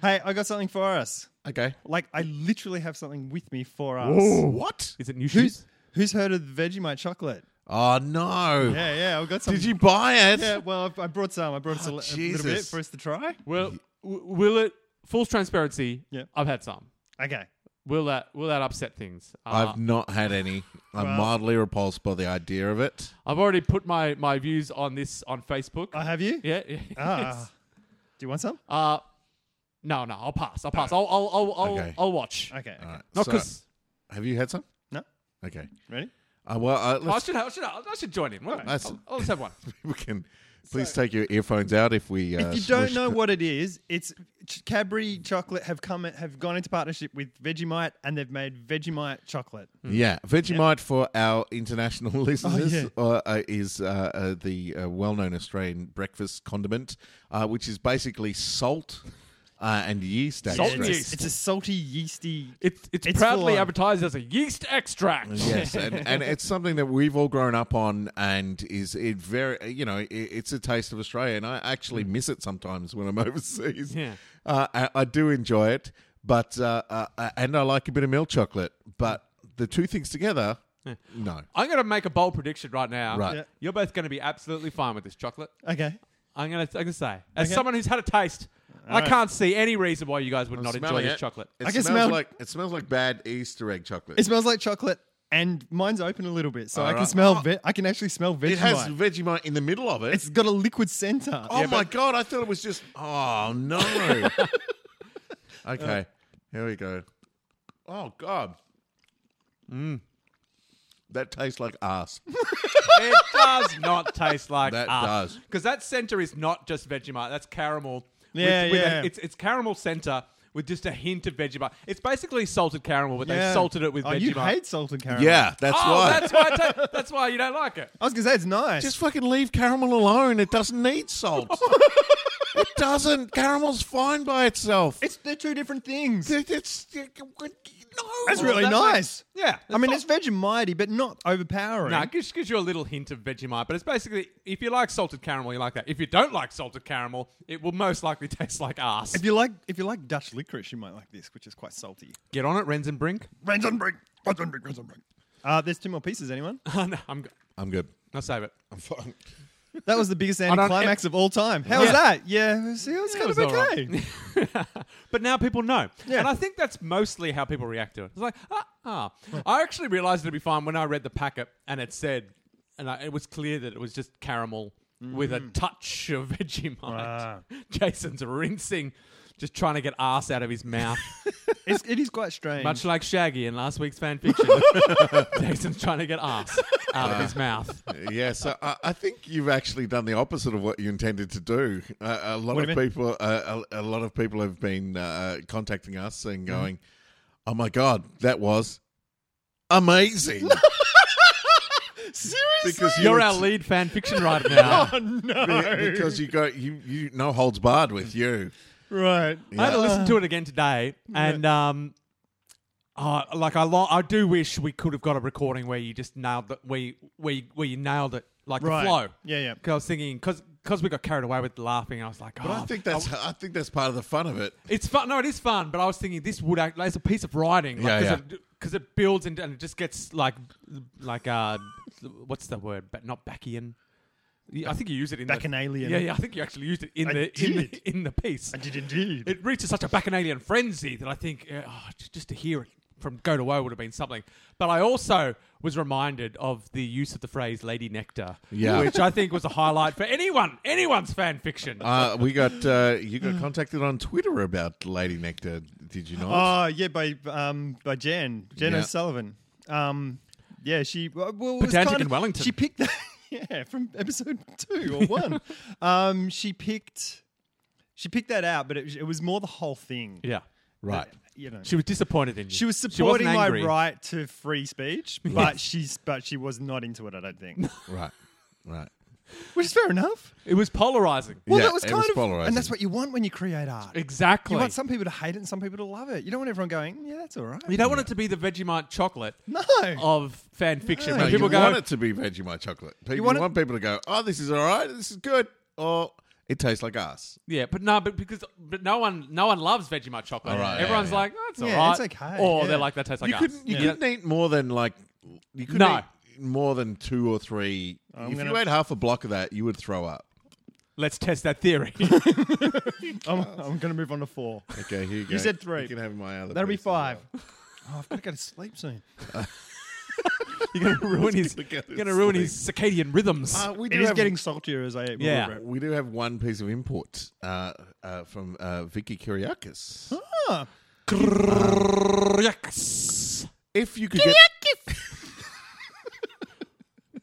Speaker 4: Hey, I got something for us.
Speaker 1: Okay.
Speaker 4: Like, I literally have something with me for us.
Speaker 1: What?
Speaker 3: Is it new
Speaker 4: Who's, who's heard of the Vegemite chocolate?
Speaker 1: Oh no!
Speaker 4: Yeah, yeah, I've got some.
Speaker 1: Did you buy it?
Speaker 4: <laughs> Yeah, well, I I brought some. I brought us a,
Speaker 1: Oh,
Speaker 4: li- a little bit
Speaker 1: Jesus.
Speaker 4: for us to try.
Speaker 3: Well, w- will it? Full transparency.
Speaker 4: Yeah.
Speaker 3: I've had some.
Speaker 4: Okay.
Speaker 3: Will that? Will that upset things? Uh,
Speaker 1: I've not had any. I'm
Speaker 4: Well-
Speaker 1: mildly repulsed by the idea of it.
Speaker 3: I've already put my my views on this on Facebook.
Speaker 4: Oh, have <laughs> you?
Speaker 3: yeah. <laughs> yeah.
Speaker 4: Ah. Do you want some?
Speaker 3: Uh, no, no. I'll pass. I'll
Speaker 4: Ah.
Speaker 3: pass. I'll I'll I'll I'll,
Speaker 1: Okay.
Speaker 3: I'll watch.
Speaker 4: Okay. okay.
Speaker 1: All right.
Speaker 3: Not
Speaker 1: So,
Speaker 3: because.
Speaker 1: have you had some?
Speaker 4: No?
Speaker 1: Okay.
Speaker 4: Ready?
Speaker 1: Uh, well, uh,
Speaker 3: I
Speaker 1: let's,
Speaker 3: should, I, should, I should join in. I'll,
Speaker 1: That's-
Speaker 3: I'll, I'll just
Speaker 4: <laughs>
Speaker 3: have one.
Speaker 1: <laughs> we can. Please take your earphones out if we. Uh,
Speaker 4: If you don't
Speaker 1: smush-
Speaker 4: know what it is, it's ch- Cadbury chocolate have come have gone into partnership with Vegemite and they've made Vegemite chocolate.
Speaker 1: yeah, Vegemite for our international <laughs> listeners
Speaker 4: Mm. Oh, yeah.
Speaker 1: uh, uh, is uh, uh, the uh, well-known Australian breakfast condiment, uh, which is basically salt uh, and yeast.
Speaker 3: Salt and
Speaker 1: extract.
Speaker 3: yeast.
Speaker 4: It's a salty, yeasty.
Speaker 3: It's, it's,
Speaker 4: It's full
Speaker 3: proudly
Speaker 4: on.
Speaker 3: advertised as a yeast extract.
Speaker 1: Yes,
Speaker 3: <laughs>
Speaker 1: and, and it's something that we've all grown up on, and is it very you know it, it's a taste of Australia, and I actually miss it sometimes when I'm <laughs> overseas.
Speaker 3: Mm. Yeah.
Speaker 1: uh, I, I do enjoy it, but uh, uh, and I like a bit of milk chocolate, but the two things together, no.
Speaker 3: I'm going to make a bold prediction right now.
Speaker 1: Right. Yeah.
Speaker 3: You're both going to be absolutely fine with this chocolate.
Speaker 4: Okay.
Speaker 3: I'm gonna, I'm gonna say, as
Speaker 4: Okay.
Speaker 3: someone who's had a taste, I
Speaker 4: right.
Speaker 3: can't see any reason why you guys would
Speaker 1: I'm
Speaker 3: not enjoy
Speaker 1: smelling
Speaker 3: this
Speaker 1: it.
Speaker 3: chocolate.
Speaker 1: It
Speaker 4: I can
Speaker 1: smells
Speaker 4: smell-
Speaker 1: like it smells like bad Easter egg chocolate.
Speaker 4: It smells like chocolate, and mine's open a little bit, so I can
Speaker 1: Alright.
Speaker 4: smell.
Speaker 1: Oh.
Speaker 4: Ve- I can actually smell Vegemite.
Speaker 1: it has Vegemite in the middle of it.
Speaker 4: it's got a liquid center.
Speaker 1: oh my god! I thought it was just. Oh no. <laughs> okay, here we go. Oh god. Mm. That tastes like <laughs> ass.
Speaker 3: it
Speaker 1: <laughs>
Speaker 3: does not taste like
Speaker 1: That does.
Speaker 3: because that center is not just Vegemite. That's caramel.
Speaker 4: Yeah,
Speaker 3: with, with a-
Speaker 4: yeah.
Speaker 3: it's it's caramel center with just a hint of Vegemite. It's basically salted caramel, but they salted it with
Speaker 4: oh,
Speaker 3: Vegemite.
Speaker 4: You hate salted caramel.
Speaker 1: yeah, that's
Speaker 3: oh,
Speaker 1: why.
Speaker 3: that's why. it ta- that's why you don't like it.
Speaker 4: I was gonna say it's
Speaker 1: <laughs>
Speaker 4: nice.
Speaker 1: Just fucking leave caramel alone. It doesn't need <laughs> salt. it doesn't. Caramel's fine by itself.
Speaker 4: it's they're two different things.
Speaker 1: It- it's no.
Speaker 4: That's really nice.
Speaker 3: Yeah,
Speaker 4: I mean, it's Vegemite, but not overpowering.
Speaker 3: No, it gives, gives you a little hint of Vegemite, but it's basically if you like salted caramel, you like that. If you don't like salted caramel, it will most likely <laughs> taste like ass.
Speaker 4: If you like, if you like Dutch licorice, you might like this, which is quite salty.
Speaker 3: Get on it, Renzenbrink.
Speaker 4: Renzenbrink, Renzenbrink, Renzenbrink. Uh, there's two more pieces.
Speaker 3: <laughs>
Speaker 4: Anyone?
Speaker 3: Oh, <laughs> no, I'm. go-
Speaker 1: I'm good.
Speaker 3: I'll save it.
Speaker 1: I'm fine.
Speaker 4: That was the biggest
Speaker 3: don't-
Speaker 4: anticlimax of all time. How
Speaker 3: Yeah.
Speaker 4: was that? Yeah, it was, it was
Speaker 3: It
Speaker 4: kind
Speaker 3: was
Speaker 4: of
Speaker 3: all right. <laughs>
Speaker 4: okay.
Speaker 3: but now people know.
Speaker 4: Yeah.
Speaker 3: And I think that's mostly how people react to it. It's like, ah, ah. I actually realized it'd be fine when I read the packet and it said, and I, it was clear that it was just caramel with
Speaker 4: Mm.
Speaker 3: a touch of <laughs> Vegemite.
Speaker 4: Wow.
Speaker 3: <laughs> Jason's rinsing, just trying to get ass out of his mouth.
Speaker 4: It's, it is quite strange.
Speaker 3: Much like Shaggy in last week's fan fiction, <laughs> Jason's trying to get ass out of his mouth.
Speaker 1: Yeah, so I, I think you've actually done the opposite of what you intended to do. Uh, a lot of
Speaker 4: What do you mean?
Speaker 1: people, uh, a, a lot of people have been uh, contacting us
Speaker 4: Mm-hmm.
Speaker 1: and going, "Oh my god, that was amazing!"
Speaker 4: <laughs> Seriously?
Speaker 1: because
Speaker 3: You're
Speaker 1: were
Speaker 3: our
Speaker 1: t-
Speaker 3: lead fan fiction
Speaker 1: <laughs>
Speaker 3: writer now.
Speaker 4: <laughs>
Speaker 3: <laughs>
Speaker 4: oh no!
Speaker 1: be- because you go you you no holds barred with you.
Speaker 4: <laughs> right.
Speaker 3: I had to listen to it again today, and um, uh, like I, lo- I do wish we could have got a recording where you just nailed the, where you, where you, where you nailed it like
Speaker 4: Uh, Right.
Speaker 3: the flow.
Speaker 4: Yeah, yeah.
Speaker 3: 'Cause I was thinking because we got carried away with laughing, I was like, oh,
Speaker 1: But I think that's I think that's part of the fun of it.
Speaker 3: it's fun. No, it is fun, but I was thinking this would act like as a piece of writing, like,
Speaker 1: Yeah,
Speaker 3: cause
Speaker 1: yeah.
Speaker 3: It, because it builds and, and it just gets like, like uh, what's the word? But not Bacchian. Yeah, I think you use it in the-
Speaker 4: Bacchanalian.
Speaker 3: Yeah, yeah. I think you actually used it in
Speaker 4: I
Speaker 3: the in
Speaker 4: did.
Speaker 3: the, in the piece.
Speaker 4: I did indeed.
Speaker 3: It reaches such a bacchanalian frenzy that I think uh, oh, j- just to hear it from go to woe would have been something. But I also was reminded of the use of the phrase "lady nectar,"
Speaker 1: Yeah.
Speaker 3: which I think was a highlight for anyone anyone's fan fiction.
Speaker 1: Uh, we got uh, you
Speaker 4: <sighs>
Speaker 1: got contacted on Twitter about Lady Nectar. Did you not?
Speaker 4: Oh yeah, by um by Jan Jan
Speaker 1: Yeah.
Speaker 4: O'Sullivan. Um, yeah, she well, well, it was
Speaker 3: Pedantic
Speaker 4: kind
Speaker 3: in
Speaker 4: of-
Speaker 3: Wellington.
Speaker 4: She picked that <laughs> yeah from episode two or one. um, she picked she picked that out, but it, it was more the whole thing. Uh,
Speaker 3: yeah,
Speaker 1: right.
Speaker 4: You know,
Speaker 3: she was disappointed in you.
Speaker 4: she was
Speaker 3: wasn't
Speaker 4: supporting my
Speaker 3: angry.
Speaker 4: right to free speech, but she's but she was not into it. I don't think,
Speaker 1: Right. Right.
Speaker 4: which is fair enough.
Speaker 3: It was polarizing.
Speaker 4: Well,
Speaker 1: Yeah,
Speaker 4: that was
Speaker 1: it
Speaker 4: kind
Speaker 1: was
Speaker 4: of,
Speaker 1: polarizing.
Speaker 4: and that's what you want when you create art.
Speaker 3: Exactly.
Speaker 4: You want some people to hate it and some people to love it. You don't want everyone going, yeah, that's all right.
Speaker 3: You don't want it to be the Vegemite chocolate
Speaker 4: no,
Speaker 3: of fan fiction.
Speaker 4: No,
Speaker 3: where
Speaker 1: No,
Speaker 3: people
Speaker 1: you
Speaker 3: go,
Speaker 1: want it to be Vegemite chocolate. People, you
Speaker 4: want
Speaker 1: want,
Speaker 4: it-
Speaker 1: people to go, oh, this is all right, this is good, or it tastes like ass.
Speaker 3: Yeah, but no, but because but no one no one loves Vegemite chocolate.
Speaker 1: All right,
Speaker 3: Everyone's
Speaker 1: yeah, yeah.
Speaker 3: like, oh, it's
Speaker 4: Yeah,
Speaker 3: alright.
Speaker 4: it's okay,
Speaker 3: Or
Speaker 4: yeah.
Speaker 3: they're like, that tastes like
Speaker 1: you
Speaker 3: us.
Speaker 1: couldn't, you
Speaker 3: Yeah.
Speaker 1: couldn't eat more than like, you couldn't
Speaker 3: No.
Speaker 1: eat more than two or three. if
Speaker 4: gonna-
Speaker 1: you ate half a block of that, you would throw up.
Speaker 3: Let's test that theory.
Speaker 4: I'm, I'm going to move on to
Speaker 3: <laughs>
Speaker 4: four.
Speaker 1: Okay, here you go.
Speaker 4: said three.
Speaker 1: You can have my other.
Speaker 4: That'll be
Speaker 1: piece as well.
Speaker 4: five. <laughs> Oh, I've got to go to sleep soon.
Speaker 3: <laughs> you're gonna ruin his
Speaker 1: Look at
Speaker 3: you're gonna
Speaker 1: this
Speaker 3: ruin
Speaker 1: thing.
Speaker 3: his circadian rhythms.
Speaker 1: Uh, we do
Speaker 4: It is
Speaker 1: have,
Speaker 4: getting saltier as I eat. more
Speaker 3: Yeah.
Speaker 4: bread.
Speaker 1: We do have one piece of import uh, uh, from uh, Vicky Kyriakis.
Speaker 4: Ah,
Speaker 3: Yucks.
Speaker 1: If you could get, <laughs>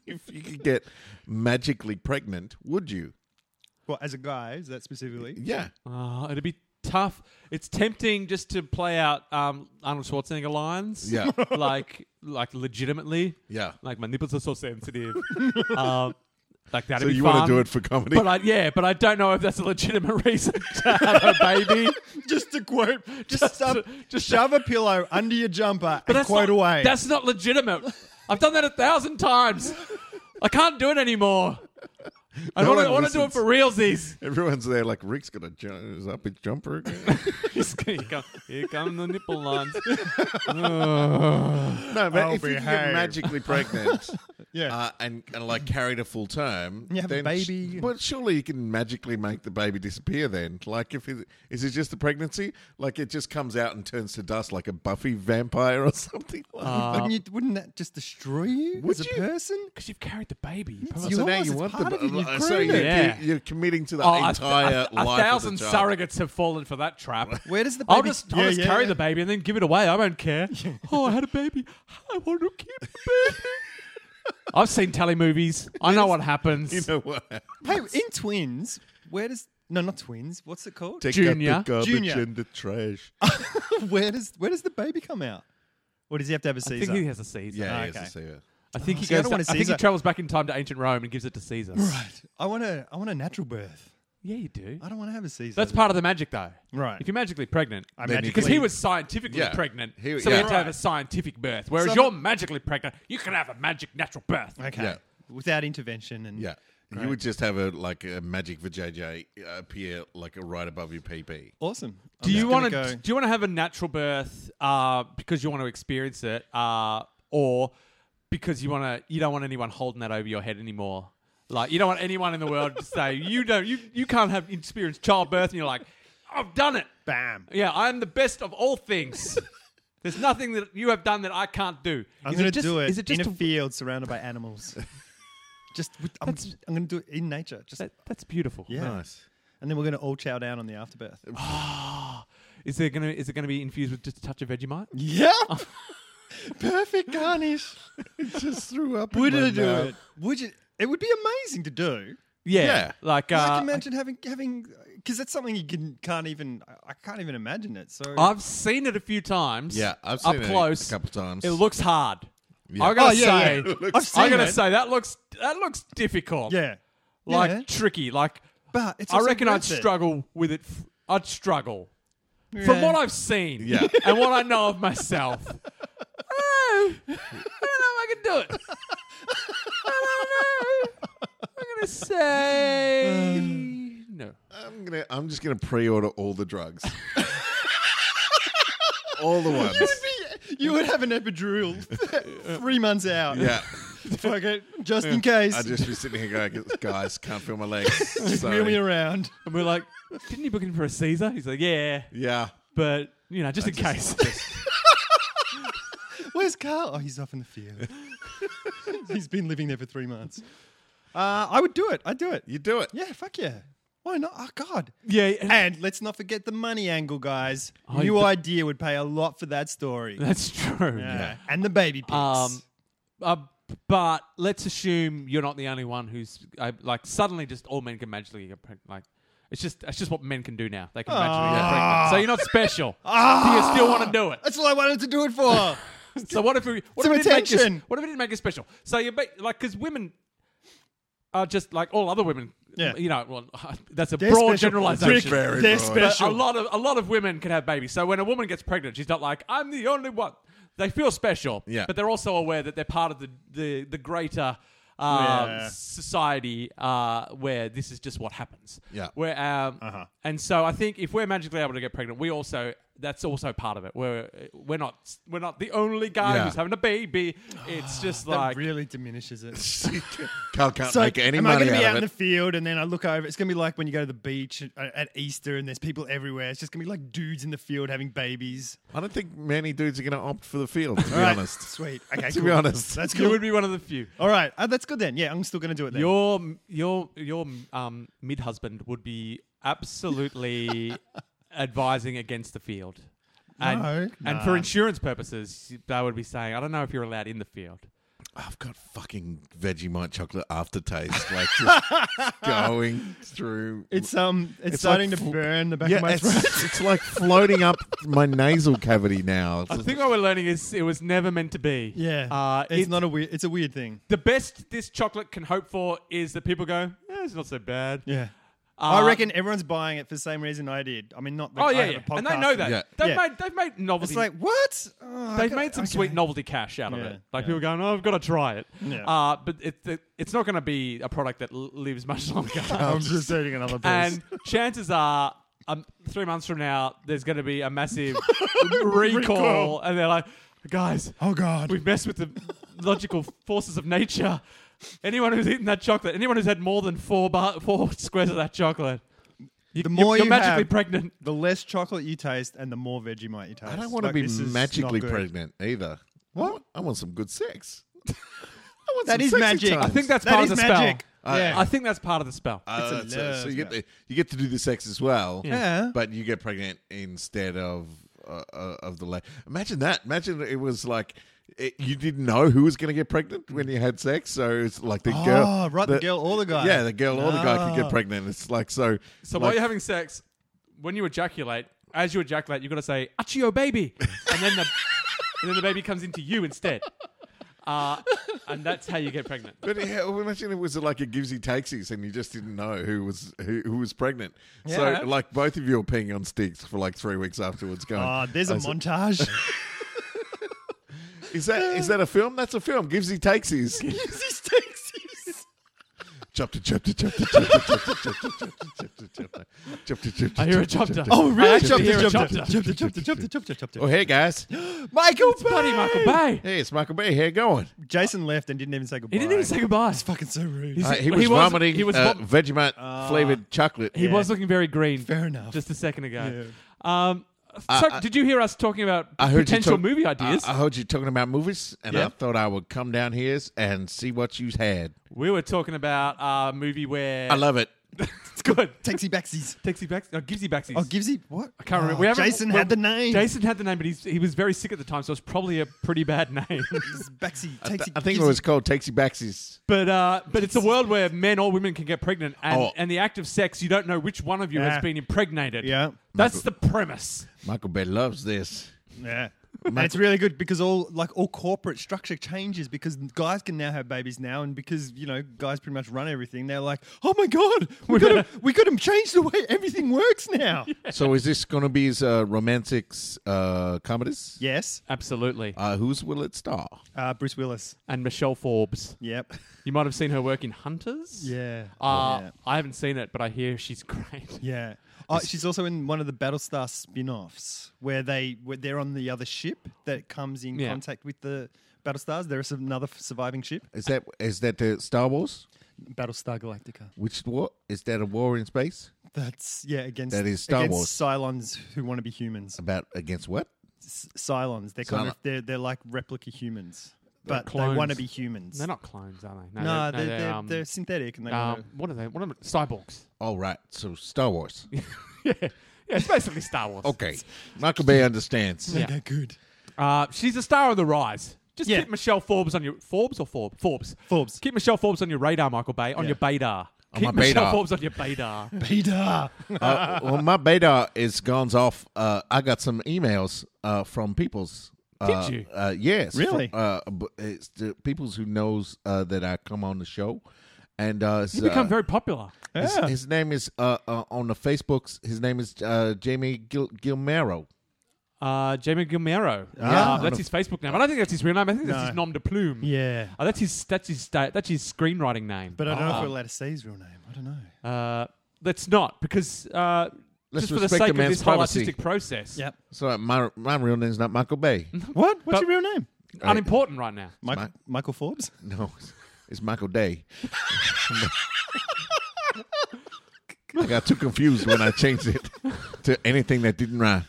Speaker 1: if you could get magically pregnant, would you?
Speaker 4: well, as a guy, is that specifically?
Speaker 1: Yeah.
Speaker 3: Uh, it'd be tough. It's tempting just to play out um, Arnold Schwarzenegger lines.
Speaker 1: Yeah.
Speaker 3: <laughs> like like legitimately.
Speaker 1: Yeah.
Speaker 3: Like my nipples are so <laughs> sensitive. um, like that'd
Speaker 1: So
Speaker 3: be
Speaker 1: you want
Speaker 3: fun.
Speaker 1: to do it for comedy?
Speaker 3: But I, yeah, but I don't know if that's a legitimate <laughs> reason to have a baby.
Speaker 4: <laughs> just to
Speaker 3: <laughs>
Speaker 4: quote, just,
Speaker 3: to-
Speaker 4: shove,
Speaker 3: just-
Speaker 4: shove a pillow under your jumper
Speaker 3: <laughs> But
Speaker 4: and
Speaker 3: that's
Speaker 4: quote
Speaker 3: not,
Speaker 4: away.
Speaker 3: That's not legitimate. I've done that a thousand times. I can't do it anymore. I
Speaker 1: No
Speaker 3: want to
Speaker 1: one
Speaker 3: want to do it
Speaker 1: listens.
Speaker 3: for realsies.
Speaker 1: Everyone's there like Rick's got a ju- is up his jumper
Speaker 4: <laughs>
Speaker 1: again.
Speaker 3: Just <laughs> here, come, here come the nipple <laughs> lines.
Speaker 1: no, but
Speaker 4: I'll
Speaker 1: if you can get
Speaker 4: behave.
Speaker 1: magically pregnant
Speaker 4: <laughs> Yeah.
Speaker 1: uh, and, and like carried a full term,
Speaker 4: You have a
Speaker 1: then
Speaker 4: baby.
Speaker 1: well, surely you can magically make the baby disappear. Then, like, if it, is it just the pregnancy? Like, it just comes out and turns to dust, like a Buffy vampire or <laughs> something. Like that.
Speaker 4: wouldn't, you, wouldn't that just destroy you
Speaker 1: Would
Speaker 4: as a
Speaker 1: you?
Speaker 4: person?
Speaker 3: Because you've carried the baby. You
Speaker 1: So
Speaker 3: probably-
Speaker 4: yours,
Speaker 1: now you
Speaker 4: it's
Speaker 1: want
Speaker 4: part
Speaker 1: the
Speaker 4: of you, you've
Speaker 1: so
Speaker 4: grown
Speaker 1: you're,
Speaker 3: it. Yeah.
Speaker 1: you're committing to the
Speaker 3: Oh, a th-
Speaker 1: entire
Speaker 3: a, th- a
Speaker 1: life.
Speaker 3: thousand
Speaker 1: of the child.
Speaker 3: surrogates have fallen for that <laughs> trap.
Speaker 4: Where does the baby?
Speaker 3: I'll just, I'll
Speaker 4: Yeah,
Speaker 3: just
Speaker 4: yeah,
Speaker 3: carry
Speaker 4: yeah.
Speaker 3: the baby and then give it away. I
Speaker 4: <laughs>
Speaker 3: don't care. Oh, I had a baby. I want to keep the baby. <laughs> I've seen tally movies. I know what happens.
Speaker 1: <laughs> You know
Speaker 4: <laughs>
Speaker 1: what?
Speaker 4: Hey, in twins, where does no, not twins. What's it
Speaker 3: <laughs>
Speaker 4: called? <laughs>
Speaker 1: Take
Speaker 3: Junior.
Speaker 1: out the garbage
Speaker 4: Junior.
Speaker 1: and the
Speaker 4: <laughs>
Speaker 1: trash.
Speaker 4: where does where does the baby come out? Or does he have to have a
Speaker 3: I
Speaker 4: Caesar?
Speaker 3: think he has a Caesar.
Speaker 1: Yeah,
Speaker 4: Ah,
Speaker 1: yes,
Speaker 4: okay.
Speaker 1: I see that.
Speaker 3: I think he
Speaker 4: See, I
Speaker 3: goes.
Speaker 4: don't
Speaker 3: to-
Speaker 4: want a
Speaker 3: I think he
Speaker 4: Caesar.
Speaker 3: travels back in time to ancient Rome and gives it to Caesar.
Speaker 4: right. I want a I want a natural birth.
Speaker 3: Yeah, you do.
Speaker 4: I don't want to have a Caesar.
Speaker 3: That's part of the magic, though.
Speaker 4: Right.
Speaker 3: If you're magically pregnant,
Speaker 4: I
Speaker 1: Then you
Speaker 3: because
Speaker 4: magically-
Speaker 3: he was scientifically
Speaker 1: Yeah.
Speaker 3: pregnant,
Speaker 1: He-
Speaker 3: so
Speaker 1: yeah.
Speaker 3: he had to have
Speaker 4: Right.
Speaker 3: a scientific birth. Whereas
Speaker 4: So-
Speaker 3: you're magically pregnant, you can have a magic natural birth.
Speaker 4: okay.
Speaker 1: Yeah.
Speaker 4: Without intervention and
Speaker 1: Yeah. You
Speaker 4: Great.
Speaker 1: would just have a like a magic vajayjay appear like right above your PP.
Speaker 4: awesome. I'm
Speaker 3: Do you
Speaker 4: just
Speaker 3: want to
Speaker 4: gonna go-
Speaker 3: do you want to have a natural birth uh, because you want to experience it, uh, or because you want to you don't want anyone holding that over your head anymore? Like you don't want anyone in the world to say you don't you you can't have experience childbirth, and you're like, I've done it.
Speaker 4: Bam.
Speaker 3: Yeah, I'm the best of
Speaker 4: <laughs>
Speaker 3: all things. There's nothing that you have done that I can't do.
Speaker 4: I'm
Speaker 3: Is
Speaker 4: going to
Speaker 3: just-
Speaker 4: do it,
Speaker 3: Is it just
Speaker 4: in a,
Speaker 3: a-
Speaker 4: field surrounded by
Speaker 3: <laughs>
Speaker 4: animals. just with, I'm,
Speaker 3: That's-
Speaker 4: I'm going to do it in nature. Just
Speaker 3: that, that's beautiful.
Speaker 4: yeah. And then we're going to all chow down on the afterbirth.
Speaker 3: <gasps> <laughs> Is there gonna is it gonna be infused with just a touch of Vegemite?
Speaker 4: <laughs> yeah. Perfect
Speaker 1: <laughs>
Speaker 4: garnish.
Speaker 1: Just threw up.
Speaker 4: Would you do it? Would you? It would be amazing to do.
Speaker 3: Yeah.
Speaker 1: Yeah.
Speaker 3: Like uh,
Speaker 4: like imagine having having because that's something you can, can't even I- I can't even imagine it. So
Speaker 3: I've seen it a few times.
Speaker 1: Yeah, I've
Speaker 3: up
Speaker 1: seen it a
Speaker 3: close.
Speaker 1: couple times.
Speaker 3: It looks hard.
Speaker 1: Yeah.
Speaker 3: I gotta
Speaker 4: Oh, yeah,
Speaker 3: say,
Speaker 4: yeah. <laughs> It looks-
Speaker 3: I'm
Speaker 4: I've seen
Speaker 3: gonna
Speaker 4: it.
Speaker 3: say that looks that looks difficult.
Speaker 4: yeah,
Speaker 3: like
Speaker 4: Yeah.
Speaker 3: tricky. Like
Speaker 4: but it's
Speaker 3: I
Speaker 4: also
Speaker 3: reckon I'd
Speaker 4: worth it.
Speaker 3: struggle with it. f- I'd struggle
Speaker 4: Yeah.
Speaker 3: from what I've seen
Speaker 1: Yeah.
Speaker 3: <laughs> and what I know of
Speaker 1: <laughs>
Speaker 3: myself. I don't know. I don't know if I can do it. I don't know. I'm gonna
Speaker 1: <sighs>
Speaker 3: say no.
Speaker 1: I'm gonna. I'm just gonna pre-order all the
Speaker 4: <laughs>
Speaker 1: drugs. all the ones.
Speaker 4: <laughs> you would have an
Speaker 3: <laughs>
Speaker 4: epidural <laughs> three months out.
Speaker 1: yeah.
Speaker 4: <laughs> Fuck <laughs> it, just in case.
Speaker 1: I'd just be sitting here going, guys, can't feel my
Speaker 4: <laughs>
Speaker 1: legs.
Speaker 4: Just wheel me
Speaker 1: Sorry.
Speaker 4: around.
Speaker 3: And we're like, didn't you book in for a Caesar? He's like, yeah,
Speaker 1: Yeah.
Speaker 3: but you know, just in case.
Speaker 4: <laughs> Where's Carl? Oh, he's off in the <laughs> field. he's been living there for three months. Uh, I would do it. I'd do it.
Speaker 1: You do it. <laughs>
Speaker 4: Yeah, fuck yeah. Why not? Oh God.
Speaker 3: <laughs> yeah, and-
Speaker 4: And let's not forget the money angle, guys.
Speaker 3: Oh,
Speaker 4: New
Speaker 3: the-
Speaker 4: idea would pay a lot for that story.
Speaker 3: that's true.
Speaker 4: Yeah. And the baby pics.
Speaker 3: Um, uh, but let's assume you're not the only one who's uh, like suddenly just all men can magically get pregnant. Like it's just it's just what men can do now. They can magically get pregnant. So you're
Speaker 4: Ah. <laughs>
Speaker 3: not special. Do you still want to do it?
Speaker 4: That's all I wanted to do it <laughs> for.
Speaker 3: So what if we what
Speaker 4: Some
Speaker 3: if we didn't make this,
Speaker 4: attention.
Speaker 3: what if we didn't make it special? So you ba- like because women are just like all other women.
Speaker 4: Yeah.
Speaker 3: You know, well, <laughs> that's a
Speaker 4: They're
Speaker 3: broad
Speaker 4: special.
Speaker 3: generalization.
Speaker 4: Rick,
Speaker 1: Very
Speaker 4: they're
Speaker 1: broad.
Speaker 3: But a
Speaker 4: special.
Speaker 3: lot of a lot of women can have babies. So when a woman gets pregnant, she's not like, "I'm the only one." They feel special,
Speaker 1: Yeah.
Speaker 3: But they're also aware that they're part of the the, the greater um,
Speaker 4: Yeah.
Speaker 3: society uh, where this is just what happens.
Speaker 1: Yeah.
Speaker 3: Where um, and so I think if we're magically able to get pregnant, we also that's also part of it. We're we're not we're not the only guy
Speaker 1: Yeah.
Speaker 3: who's having a baby. It's just like
Speaker 4: that really diminishes it. So
Speaker 1: Carl can't make any
Speaker 4: am I
Speaker 1: money
Speaker 4: gonna be out
Speaker 1: out
Speaker 4: in
Speaker 1: of
Speaker 4: the
Speaker 1: it.
Speaker 4: field and then I look over? It's going to be like when you go to the beach at, at Easter and there's people everywhere. It's just going to be like dudes in the field having babies.
Speaker 1: I don't think many dudes are going to opt for the field. To be
Speaker 4: All right,
Speaker 1: honest.
Speaker 4: Sweet. Okay,
Speaker 1: To be
Speaker 4: cool.
Speaker 1: honest.
Speaker 4: That's
Speaker 3: you
Speaker 4: cool.
Speaker 3: would be one of the few.
Speaker 4: All right. Uh, that's good then. Yeah, I'm still going to do it then.
Speaker 3: Your your your um, mid husband would be absolutely advising against the field. And,
Speaker 4: No.
Speaker 3: and for insurance purposes, they would be saying, "I don't know if you're allowed in the field."
Speaker 1: I've got fucking Vegemite chocolate aftertaste, like just
Speaker 4: <laughs>
Speaker 1: going through.
Speaker 4: it's um, it's,
Speaker 1: It's
Speaker 4: starting
Speaker 1: like
Speaker 4: to
Speaker 1: full-
Speaker 4: burn the back
Speaker 1: yeah,
Speaker 4: of my throat. <laughs>
Speaker 1: <laughs> it's, it's like floating up my nasal cavity now.
Speaker 3: I think what we're learning is it was never meant to be.
Speaker 4: Yeah,
Speaker 3: uh,
Speaker 4: it's, not a weird. It's a weird thing.
Speaker 3: the best this chocolate can hope for is that people go, eh, "It's not so bad."
Speaker 4: Yeah, I
Speaker 3: Uh,
Speaker 4: reckon everyone's buying it for the same reason I did. I mean, not the
Speaker 3: Oh
Speaker 4: I
Speaker 3: yeah,
Speaker 4: have a
Speaker 3: yeah.
Speaker 4: podcast.
Speaker 3: and they know that
Speaker 1: Yeah.
Speaker 3: they've
Speaker 4: Yeah.
Speaker 3: made they've made novelty.
Speaker 4: It's like what? Oh, I
Speaker 3: They've
Speaker 4: got-
Speaker 3: made some
Speaker 4: okay.
Speaker 3: sweet novelty cash out of
Speaker 4: Yeah,
Speaker 3: it. Like
Speaker 4: yeah.
Speaker 3: people going, "Oh, I've got to try it."
Speaker 4: Yeah.
Speaker 3: Uh, but it, it, it's not going to be a product that l- lives much <laughs> longer.
Speaker 4: <laughs> I'm just eating another piece.
Speaker 3: and chances are, um, three months from now, there's going to be
Speaker 4: <laughs>
Speaker 3: a massive recall,
Speaker 4: Recall.
Speaker 3: and they're like, "Guys,
Speaker 4: oh god,
Speaker 3: we've messed with the logical forces of nature. Anyone who's eaten that chocolate, anyone who's had more than four bar, four <laughs> squares of that chocolate, you,
Speaker 4: The more
Speaker 3: you're,
Speaker 4: you
Speaker 3: magically
Speaker 4: have-
Speaker 3: pregnant."
Speaker 4: the less chocolate you taste and the more Vegemite you taste.
Speaker 1: I don't want
Speaker 4: Like,
Speaker 1: to
Speaker 4: this
Speaker 1: be
Speaker 4: is not
Speaker 1: magically
Speaker 4: good.
Speaker 1: pregnant either. What? I want, I want some good sex. <laughs> I want
Speaker 4: That
Speaker 1: some
Speaker 4: is
Speaker 1: sexy
Speaker 4: magic.
Speaker 1: times.
Speaker 3: I think that's
Speaker 4: That
Speaker 3: part
Speaker 4: is
Speaker 3: of the
Speaker 4: magic.
Speaker 3: spell. Uh,
Speaker 4: Yeah.
Speaker 3: I think that's part of the spell.
Speaker 1: Uh,
Speaker 4: It's a
Speaker 1: that's it. So
Speaker 4: nerve
Speaker 1: you get
Speaker 4: smash.
Speaker 1: the, you get to do the sex as well.
Speaker 4: Yeah.
Speaker 1: But you get pregnant instead of uh, uh, of the lady. Imagine that. Imagine it was like it, you didn't know who was going to get pregnant when you had sex. So it's like the
Speaker 4: Oh,
Speaker 1: girl,
Speaker 4: right, the girl or the guy.
Speaker 1: Yeah, the girl or the guy could
Speaker 4: Ah.
Speaker 1: get pregnant. It's like so.
Speaker 3: So
Speaker 1: like,
Speaker 3: while you're having sex, when you ejaculate, as you ejaculate, you've got to say "Achio, baby," and then the and then the baby comes into you instead, uh, and that's how you get pregnant.
Speaker 1: But yeah, well, imagine it was like a givesy takesies, and you just didn't know who was who, who was pregnant.
Speaker 3: Yeah.
Speaker 1: So like both of you were peeing on sticks for like three weeks afterwards. Going,
Speaker 4: Ah, there's a
Speaker 1: "Is it-
Speaker 4: montage.
Speaker 1: Is that is that a film? That's a film. Givesy takesies. Chopter, chopter, chopter, chopter, chopter, chopter, chopter, chopter, chopter, chopter.
Speaker 3: <laughs> I hear a chopter.
Speaker 4: oh, really?
Speaker 3: I actually hear a
Speaker 4: Chopter,
Speaker 3: chopter.
Speaker 4: chopter, chopter, chopter, chopter, chopter.
Speaker 1: Oh, hey guys.
Speaker 4: Michael
Speaker 3: It's bloody Michael Bay.
Speaker 1: Hey, it's Michael Bay. How you going?
Speaker 4: Jason left and didn't even say goodbye.
Speaker 3: He didn't even say goodbye.
Speaker 4: It's fucking so rude.
Speaker 3: He's-
Speaker 1: Uh, he
Speaker 3: He
Speaker 1: was
Speaker 3: was-
Speaker 1: vomiting
Speaker 3: he was
Speaker 1: uh,
Speaker 3: vom-
Speaker 1: Vegemite flavored chocolate.
Speaker 3: He was looking very green.
Speaker 4: Fair Uh, enough.
Speaker 3: Just a second ago. Um, so,
Speaker 1: I-
Speaker 3: did you hear us talking about
Speaker 1: I heard you
Speaker 3: potential
Speaker 1: talk-
Speaker 4: uh,
Speaker 3: movie ideas?
Speaker 1: I, I heard you talking about movies, and
Speaker 3: Yeah.
Speaker 1: I thought I would come down here and see what you had.
Speaker 3: we were talking about a movie where
Speaker 1: I love it.
Speaker 3: it's good.
Speaker 4: Taxi backsies.
Speaker 3: Taxi backs, no, givesy backsies.
Speaker 4: Oh, gives he what?
Speaker 3: I can't remember.
Speaker 4: Oh,
Speaker 3: We haven't-
Speaker 4: Jason
Speaker 3: well,
Speaker 4: had the name.
Speaker 3: Jason had the name, but he's, he was very sick at the time, so it's probably a pretty bad
Speaker 4: <laughs>
Speaker 3: <laughs> name.
Speaker 4: backsie.
Speaker 1: I,
Speaker 4: Taxi.
Speaker 1: I think it
Speaker 4: Givesy.
Speaker 1: was called Takesy Backsies.
Speaker 3: But uh, but it's a world where men or women can get pregnant, and,
Speaker 1: Oh.
Speaker 3: and the act of sex, you don't know which one of you
Speaker 4: Yeah.
Speaker 3: has been impregnated.
Speaker 4: Yeah.
Speaker 3: that's the premise.
Speaker 1: Michael Bay loves this.
Speaker 4: Yeah. And it's really good because all like all corporate structure changes because guys can now have babies now and because you know guys pretty much run everything they're like oh my god we gotta we gotta change the way everything works <laughs> now
Speaker 1: So is this going to be his uh, romantic uh, comedies?
Speaker 4: yes
Speaker 3: Absolutely.
Speaker 1: Uh, whose will it star?
Speaker 4: uh, Bruce Willis
Speaker 3: And Michelle Forbes,
Speaker 4: yep
Speaker 3: you might have seen her work in Hunters.
Speaker 4: <laughs> yeah
Speaker 3: Uh,
Speaker 4: yeah,
Speaker 3: I haven't seen it, but I hear she's great.
Speaker 4: Yeah. Oh, she's also in one of the Battlestar spin-offs where they where they're on the other ship that comes in
Speaker 3: Yeah.
Speaker 4: contact with the Battlestars. There is another f- surviving ship,
Speaker 1: Is that is that the Star Wars?
Speaker 4: Battlestar Galactica.
Speaker 1: Which war is that a war in space
Speaker 4: That's yeah against
Speaker 1: That is Star
Speaker 4: against
Speaker 1: Wars.
Speaker 4: Cylons who want to be humans.
Speaker 1: about against what?
Speaker 4: S- Cylons. They're kind
Speaker 1: Cylon-
Speaker 4: of they're they're like replica humans, but they
Speaker 3: clones.
Speaker 4: want to be humans.
Speaker 3: <laughs> They're not clones, are they?
Speaker 4: No, they're, they're, they're,
Speaker 3: um,
Speaker 4: synthetic and they
Speaker 3: um,
Speaker 4: want
Speaker 3: what are they? What are they?
Speaker 4: <laughs>
Speaker 3: Cyborgs.
Speaker 1: Oh right, so Star Wars.
Speaker 3: yeah, yeah. It's basically Star Wars.
Speaker 1: Okay, Michael Bay understands.
Speaker 4: to.
Speaker 3: yeah.
Speaker 4: They're <laughs> good.
Speaker 3: Uh, she's a star on the rise. Just
Speaker 4: Yeah.
Speaker 3: keep Michelle Forbes on your Forbes or Forbes Forbes.
Speaker 4: Forbes.
Speaker 3: Keep Michelle Forbes on your radar, Michael Bay, on
Speaker 4: Yeah.
Speaker 3: your
Speaker 1: On
Speaker 3: Badar. Keep
Speaker 1: my
Speaker 3: Michelle
Speaker 1: Badar.
Speaker 3: Forbes on
Speaker 4: <laughs>
Speaker 3: your Badar.
Speaker 4: Peter.
Speaker 1: <laughs> Uh, well, my beta is gone's off. Uh, I got some emails uh, from people's. Uh,
Speaker 3: Did you?
Speaker 1: Uh, yes.
Speaker 4: Really?
Speaker 1: From, uh, b- it's the people's who knows uh, that I come on the show, and uh, it's,
Speaker 3: He's become
Speaker 1: uh,
Speaker 3: very popular.
Speaker 1: his,
Speaker 4: Yeah.
Speaker 1: his name is uh, uh, on the Facebooks. His name is uh, Jamie Gil- Gilmero.
Speaker 3: Uh, Jamie Gilmero.
Speaker 4: Ah.
Speaker 3: Uh, that's his Facebook name. I don't think that's his real name. I think that's his nom de plume.
Speaker 4: yeah.
Speaker 3: Uh, that's his that's his sta- that's his screenwriting name.
Speaker 4: But I don't know if
Speaker 3: Um,
Speaker 4: we're allowed to say his real name. I don't know.
Speaker 3: uh, let's not because uh,
Speaker 1: Let's
Speaker 3: just for the
Speaker 1: respect
Speaker 3: sake
Speaker 1: a
Speaker 3: of
Speaker 1: man's
Speaker 3: this whole
Speaker 1: privacy.
Speaker 3: artistic process, <laughs>
Speaker 4: Yep.
Speaker 1: So uh, my my real name is not Michael
Speaker 4: <laughs>
Speaker 1: Bay.
Speaker 4: What? What's
Speaker 3: But-
Speaker 4: your real name?
Speaker 3: unimportant right now.
Speaker 4: Michael,
Speaker 1: Mike.
Speaker 4: Michael Forbes? <laughs>
Speaker 1: No, it's- it's Michael Day. <laughs> I got too confused when I changed it to anything that didn't rhyme.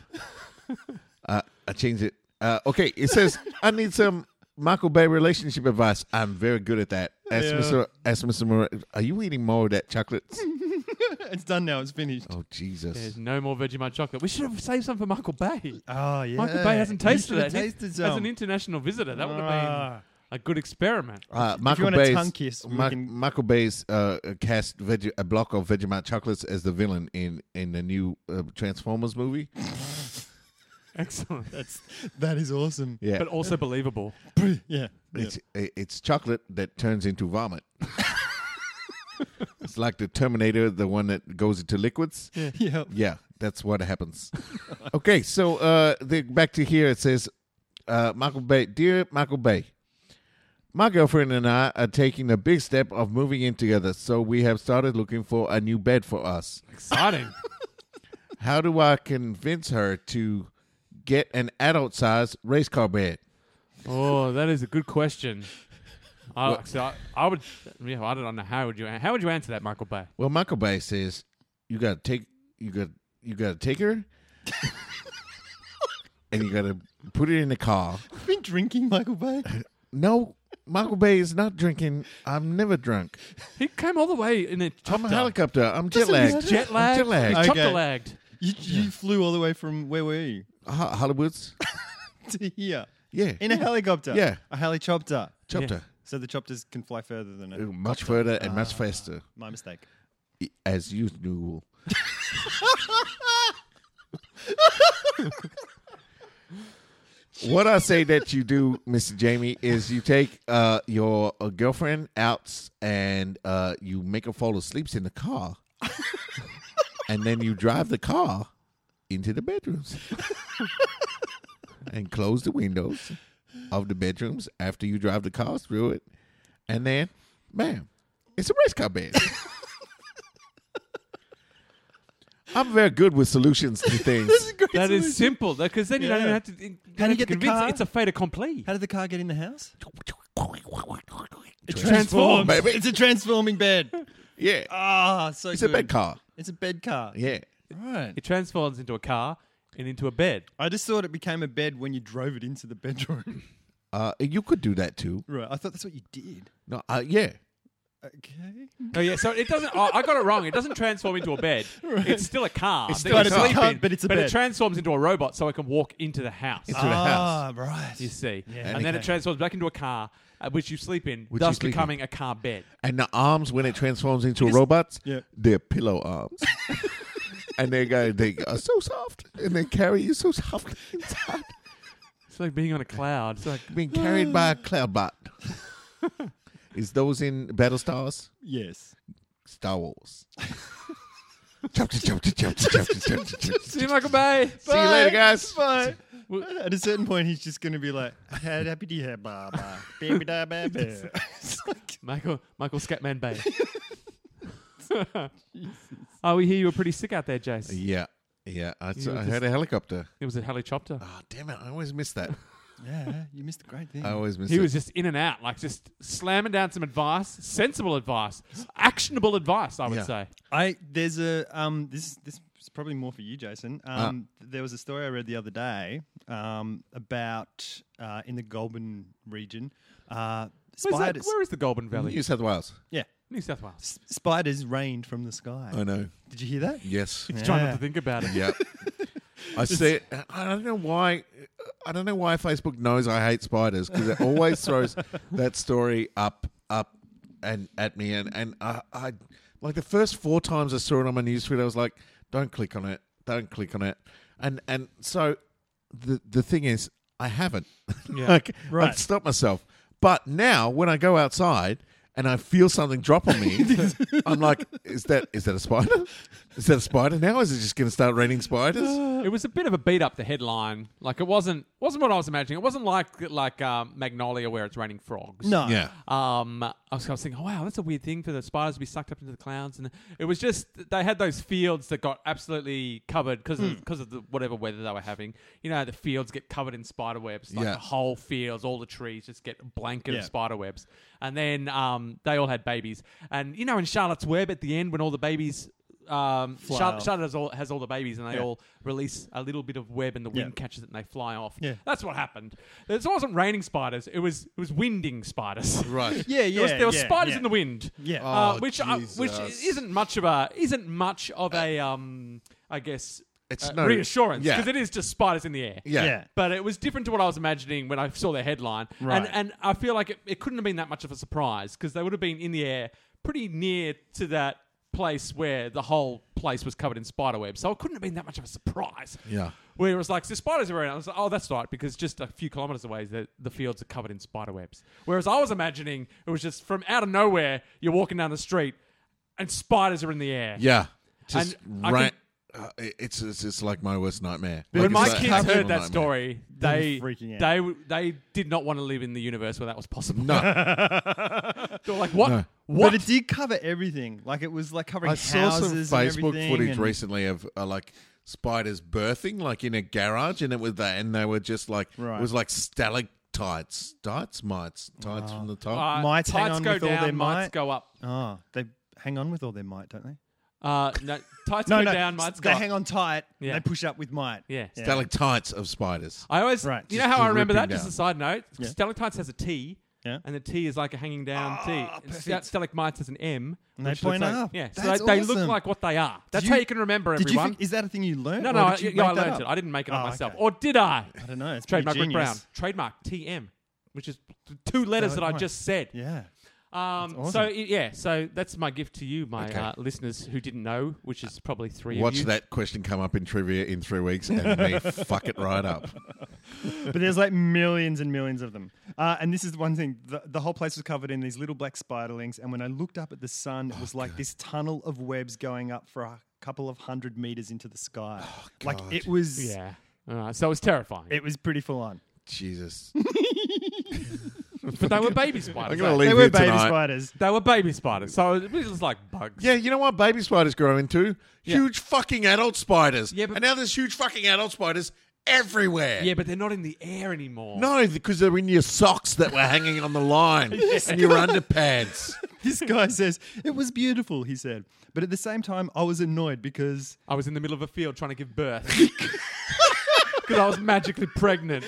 Speaker 1: Uh, I changed it. Uh, okay, it says I need some Michael Bay relationship advice. I'm very good at that. Ask
Speaker 4: Yeah.
Speaker 1: Mr. Ask Mr. Moore, are you eating more of that chocolate?
Speaker 4: it's done now. It's finished.
Speaker 1: Oh Jesus!
Speaker 3: There's no more Vegemite chocolate. We should have saved some for Michael Bay.
Speaker 4: Oh, yeah.
Speaker 3: Michael Bay hasn't
Speaker 4: You
Speaker 3: tasted
Speaker 4: should've
Speaker 3: it. He-
Speaker 4: tasted
Speaker 3: As
Speaker 4: some.
Speaker 3: an international visitor, that would have been
Speaker 4: Ah.
Speaker 3: a good experiment. <laughs>
Speaker 1: Uh, Michael
Speaker 4: want a
Speaker 1: Bay's
Speaker 4: tongue kiss, we
Speaker 1: Mi-
Speaker 4: can-
Speaker 1: Michael Bay's uh, cast veg- a block of Vegemite chocolates as the villain in in the new uh, Transformers movie.
Speaker 3: Excellent.
Speaker 4: That's, <laughs> that is awesome.
Speaker 1: Yeah,
Speaker 3: But also believable.
Speaker 4: <laughs> Yeah. yeah.
Speaker 1: <laughs> It's i- it's chocolate that turns into vomit. It's like the Terminator, the one that goes into liquids.
Speaker 4: yeah.
Speaker 1: Yeah, that's what happens. <laughs> okay, so uh, the, back to here it says, uh, Michael Bay, dear Michael Bay, my girlfriend and I are taking the big step of moving in together, so we have started looking for a new bed for us.
Speaker 3: Exciting.
Speaker 1: How do I convince her to get an adult size race car bed?
Speaker 3: oh, that is a good question. I, so I, I would. Yeah, I don't know how would you how would you answer that, Michael Bay?
Speaker 1: Well, Michael Bay says you gotta take you got you gotta take her, <laughs> and you gotta put it in the car.
Speaker 4: I've been drinking, Michael <laughs> Bay.
Speaker 1: No, Michael Bay is not drinking. I'm never drunk.
Speaker 3: He came all the way in a
Speaker 1: I'm a
Speaker 3: chopper.
Speaker 1: helicopter. I'm jet lagged.
Speaker 3: Jet lagged.
Speaker 1: Jet lagged.
Speaker 3: He's
Speaker 4: Okay.
Speaker 3: chopper lagged.
Speaker 4: You, you flew all the way from where were you <laughs>
Speaker 1: Ho- Hollywood's.
Speaker 4: to here
Speaker 1: Yeah,
Speaker 4: in a helicopter?
Speaker 1: Yeah.
Speaker 4: a helicopter.
Speaker 1: chopter.
Speaker 4: So the chopters can fly further than it.
Speaker 1: Much further and much faster,
Speaker 4: My mistake.
Speaker 1: as you knew. what I say that you do, Mr. Jamie, is you take uh, your uh, girlfriend out and uh, you make her fall asleep in the car, and then you drive the car into the bedrooms and close the windows of the bedrooms after you drive the car through it, and then, bam, it's a race car bed. I'm very good with solutions to things.
Speaker 4: <laughs>
Speaker 3: That is simple because then you don't
Speaker 4: Yeah.
Speaker 3: even have to. You don't
Speaker 4: How do
Speaker 3: have
Speaker 4: you
Speaker 3: to
Speaker 4: get the
Speaker 3: convince.
Speaker 4: car?
Speaker 3: It's a fait accompli.
Speaker 4: How did the car get in the house? It
Speaker 3: transformed.
Speaker 1: baby.
Speaker 4: It's a transforming bed.
Speaker 1: Yeah.
Speaker 4: Ah, so
Speaker 1: It's a bed car.
Speaker 4: It's a bed car.
Speaker 1: Yeah.
Speaker 4: Right.
Speaker 3: It transforms into a car and into a bed.
Speaker 4: I just thought it became a bed when you drove it into the bedroom. <laughs>
Speaker 1: Uh, you could do that too.
Speaker 4: right. I thought that's what you did.
Speaker 1: No. Uh, yeah.
Speaker 4: Okay.
Speaker 3: Oh yeah, so it doesn't. Oh, I got it wrong. It doesn't transform into a bed. It's still a car.
Speaker 4: It's
Speaker 3: that
Speaker 4: still
Speaker 3: you
Speaker 4: a car,
Speaker 3: sleep in,
Speaker 4: but it's a
Speaker 3: but
Speaker 4: bed.
Speaker 3: it transforms into a robot, so it can walk into the house.
Speaker 1: Into the house.
Speaker 4: Ah, right.
Speaker 3: You see,
Speaker 4: Yeah,
Speaker 3: and then it
Speaker 4: okay.
Speaker 3: transforms back into a car, uh, which you sleep in,
Speaker 1: Which
Speaker 3: thus
Speaker 1: you sleep in.
Speaker 3: becoming a car bed.
Speaker 1: And the arms, when it transforms into robots,
Speaker 4: Yeah.
Speaker 1: they're pillow arms. and they go, they are so soft, and they carry you so soft <laughs> inside,
Speaker 3: It's like being on a cloud. It's like
Speaker 1: being carried by a cloudbot. Is those in Battlestars?
Speaker 4: Yes.
Speaker 1: Star Wars. <laughs> chop, chop, chop, chop, chop, chop, chop.
Speaker 3: <laughs> see you, Michael Bay.
Speaker 1: See you later, guys.
Speaker 4: Bye.
Speaker 3: Well-
Speaker 4: At a certain point, he's just going to be like, happy to have Baba, baby da ba ba."
Speaker 1: <laughs>
Speaker 4: It's like,
Speaker 3: Michael Michael Scatman <laughs> Bay. oh, we hear you were pretty sick out there, Jace.
Speaker 1: Yeah. Yeah. I,
Speaker 3: You were
Speaker 1: I
Speaker 3: just-
Speaker 1: heard a helicopter.
Speaker 3: It was a helicopter.
Speaker 1: Oh, damn it. I always miss that.
Speaker 4: Yeah, you missed a great thing.
Speaker 1: I always miss
Speaker 3: He
Speaker 1: it.
Speaker 3: was just in and out, like just slamming down some advice, sensible advice, actionable advice, I would
Speaker 1: Yeah.
Speaker 3: say.
Speaker 4: I there's a um this this is probably more for you, Jason.
Speaker 3: Ah.
Speaker 4: Um, th- there was a story I read the other day um about uh, in the Goulburn region uh,
Speaker 3: Where's that-
Speaker 4: spiders.
Speaker 3: where is the Goulburn Valley?
Speaker 1: New South Wales.
Speaker 4: Yeah,
Speaker 3: New South Wales.
Speaker 4: S- spiders rained from the sky.
Speaker 1: I know.
Speaker 4: Did you hear that? <laughs>
Speaker 1: Yes.
Speaker 3: Just trying not
Speaker 4: Yeah.
Speaker 3: to think about it.
Speaker 4: <laughs>
Speaker 1: Yeah. I see. I don't know why. I don't know why Facebook knows I hate spiders because it always throws that story up, up, and at me. And and I, I like the first four times I saw it on my newsfeed, I was like, "Don't click on it. Don't click on it." And and so the the thing is, I haven't. <laughs>
Speaker 3: Yeah.
Speaker 1: like,
Speaker 4: Right.
Speaker 1: I've stopped myself. But now, when I go outside and I feel something drop on
Speaker 4: <laughs>
Speaker 1: me, I'm like, "Is that is that a spider? Is that a spider now? Is it just going to start raining spiders?"
Speaker 4: <sighs>
Speaker 3: It was a bit of a beat up the headline. Like it wasn't wasn't what I was imagining. It wasn't like like um, Magnolia where it's raining frogs.
Speaker 4: No.
Speaker 1: Yeah.
Speaker 3: Um, I was, I was thinking, oh, wow, that's a weird thing for the spiders to be sucked up into the clouds, and it was just they had those fields that got absolutely covered because
Speaker 4: Hmm.
Speaker 3: because of, the whatever weather they were having. You know, how the fields get covered in spider webs, like
Speaker 1: Yeah.
Speaker 3: the whole fields, all the trees just get a blanket
Speaker 4: Yeah.
Speaker 3: of spider webs, and then um, they all had babies, and you know, in Charlotte's Web at the end when all the babies. Um,
Speaker 4: Fly
Speaker 3: Char-
Speaker 4: off.
Speaker 3: Charlotte has all, has all the babies, and they
Speaker 4: Yeah.
Speaker 3: all release a little bit of web, and the wind
Speaker 4: Yeah.
Speaker 3: catches it, and they fly off.
Speaker 4: Yeah.
Speaker 3: that's what happened. It wasn't raining spiders; it was it was winding spiders.
Speaker 1: <laughs> Right.
Speaker 4: Yeah, yeah.
Speaker 3: There was, there was
Speaker 4: yeah,
Speaker 3: spiders
Speaker 4: yeah.
Speaker 3: in the wind.
Speaker 4: Yeah.
Speaker 3: Uh,
Speaker 1: Oh,
Speaker 3: which uh, which
Speaker 1: Jesus.
Speaker 3: isn't much of a isn't much of a um I guess
Speaker 1: It's
Speaker 3: uh,
Speaker 1: no-
Speaker 3: reassurance
Speaker 1: yeah.
Speaker 3: because it is just spiders in the air.
Speaker 1: Yeah.
Speaker 4: Yeah.
Speaker 3: But it was different to what I was imagining when I saw the headline.
Speaker 4: Right.
Speaker 3: And and I feel like it, it couldn't have been that much of a surprise because they would have been in the air pretty near to that place where the whole place was covered in spider webs. So it couldn't have been that much of a surprise.
Speaker 1: Yeah.
Speaker 3: Where it was like, the spiders are around. I was like, oh, that's right, because just a few kilometers away, the, the fields are covered in spider webs. Whereas I was imagining it was just from out of nowhere, you're walking down the street and spiders are in the air.
Speaker 1: Yeah, just
Speaker 3: And I
Speaker 1: ra- uh, it- it's, it's it's like my worst nightmare.
Speaker 3: When
Speaker 1: Like,
Speaker 3: my
Speaker 1: it's a
Speaker 3: kids
Speaker 1: actual
Speaker 3: heard that
Speaker 1: nightmare.
Speaker 3: story,
Speaker 4: were
Speaker 3: they
Speaker 4: freaking out.
Speaker 3: they w- they did not want to live in the universe where that was
Speaker 1: <laughs>
Speaker 3: possible.
Speaker 1: no,
Speaker 3: <laughs> They were like, what?
Speaker 1: No.
Speaker 3: What?
Speaker 4: But it did cover everything. Like it was like covering
Speaker 1: I saw some
Speaker 4: houses and
Speaker 1: Facebook
Speaker 4: everything
Speaker 1: footage
Speaker 4: and-
Speaker 1: recently of uh, like spiders birthing, like in a garage, and it was that, and they were just like
Speaker 4: Right.
Speaker 1: it was like stalactites, tites, mites, tites
Speaker 4: Oh,
Speaker 1: from the top.
Speaker 3: Uh,
Speaker 4: Mites hang
Speaker 3: tides
Speaker 4: on
Speaker 3: go
Speaker 4: with all
Speaker 3: down,
Speaker 4: their
Speaker 3: mites
Speaker 4: might.
Speaker 3: go up.
Speaker 4: Oh, they hang on with all their might, don't they?
Speaker 3: Uh,
Speaker 4: <laughs>
Speaker 3: no, tides go down, mites
Speaker 4: they
Speaker 3: go up.
Speaker 4: hang on tight. and
Speaker 3: Yeah.
Speaker 4: They push up with might.
Speaker 3: Yeah.
Speaker 1: Stalactites of spiders.
Speaker 4: Oh,
Speaker 3: I always,
Speaker 4: Right,
Speaker 3: you know
Speaker 4: just
Speaker 3: how I remember that?
Speaker 1: dripping
Speaker 3: Just
Speaker 1: down.
Speaker 3: a side note.
Speaker 4: Yeah.
Speaker 3: Stalactites has a T,
Speaker 4: Yeah. Ah,
Speaker 3: and the T is like a hanging down T. And sta-
Speaker 4: perfect.
Speaker 3: Stalagmites has an M.
Speaker 4: And they
Speaker 3: which
Speaker 4: point
Speaker 3: looks like-
Speaker 4: up.
Speaker 3: Yeah, so
Speaker 4: That's
Speaker 3: they, they look
Speaker 4: awesome.
Speaker 3: like what they are. That's
Speaker 4: you-
Speaker 3: how you can remember
Speaker 4: Did you
Speaker 3: everyone.
Speaker 4: think, is that a thing you learned?
Speaker 3: no,
Speaker 4: or
Speaker 3: no, I,
Speaker 4: did you
Speaker 3: yeah, I
Speaker 4: make that
Speaker 3: learned
Speaker 4: up?
Speaker 3: it. I didn't make it up
Speaker 4: Oh,
Speaker 3: myself.
Speaker 4: okay.
Speaker 3: Or did I?
Speaker 4: I don't know. It's pretty
Speaker 3: Trademark Rick
Speaker 4: genius.
Speaker 3: Brown. Trademark TM, which is th- two letters
Speaker 4: Don't
Speaker 3: that I
Speaker 4: know.
Speaker 3: just said.
Speaker 4: Yeah.
Speaker 3: Um,
Speaker 4: That's
Speaker 3: So,
Speaker 4: awesome.
Speaker 3: i- yeah, so that's my gift to you, my
Speaker 1: Okay.
Speaker 3: uh, listeners who didn't know, which is probably three of
Speaker 1: Watch
Speaker 3: you.
Speaker 1: that question come up in trivia in three weeks and
Speaker 4: <laughs>
Speaker 1: me fuck it right up.
Speaker 4: but there's like millions and millions of them. Uh, and this is the one thing the, the whole place was covered in these little black spiderlings. And when I looked up at the sun,
Speaker 3: Oh,
Speaker 4: it was like this tunnel of webs going up for a couple of hundred meters into the sky. like it was,
Speaker 3: Oh, Yeah. All right, so it was terrifying.
Speaker 4: it was pretty full on.
Speaker 1: Jesus.
Speaker 3: but they
Speaker 4: <laughs>
Speaker 3: were baby spiders.
Speaker 1: I'm gonna
Speaker 3: eh?
Speaker 1: leave
Speaker 4: They were
Speaker 1: here
Speaker 4: baby
Speaker 1: tonight.
Speaker 4: spiders.
Speaker 3: They were baby spiders, so it was just like bugs.
Speaker 1: Yeah, you know what baby spiders grow into?
Speaker 3: Yeah.
Speaker 1: Huge fucking adult spiders.
Speaker 3: Yeah, but-
Speaker 1: and now there's huge fucking adult spiders everywhere.
Speaker 3: yeah, but they're not in the air anymore.
Speaker 1: No, because they're in your socks that were hanging on the line
Speaker 3: <laughs>
Speaker 1: and your underpants.
Speaker 4: This guy <laughs> says, it was beautiful, he said. But at the same time, I was annoyed because
Speaker 3: I was in the middle of a field trying to give birth <laughs> because I was magically pregnant.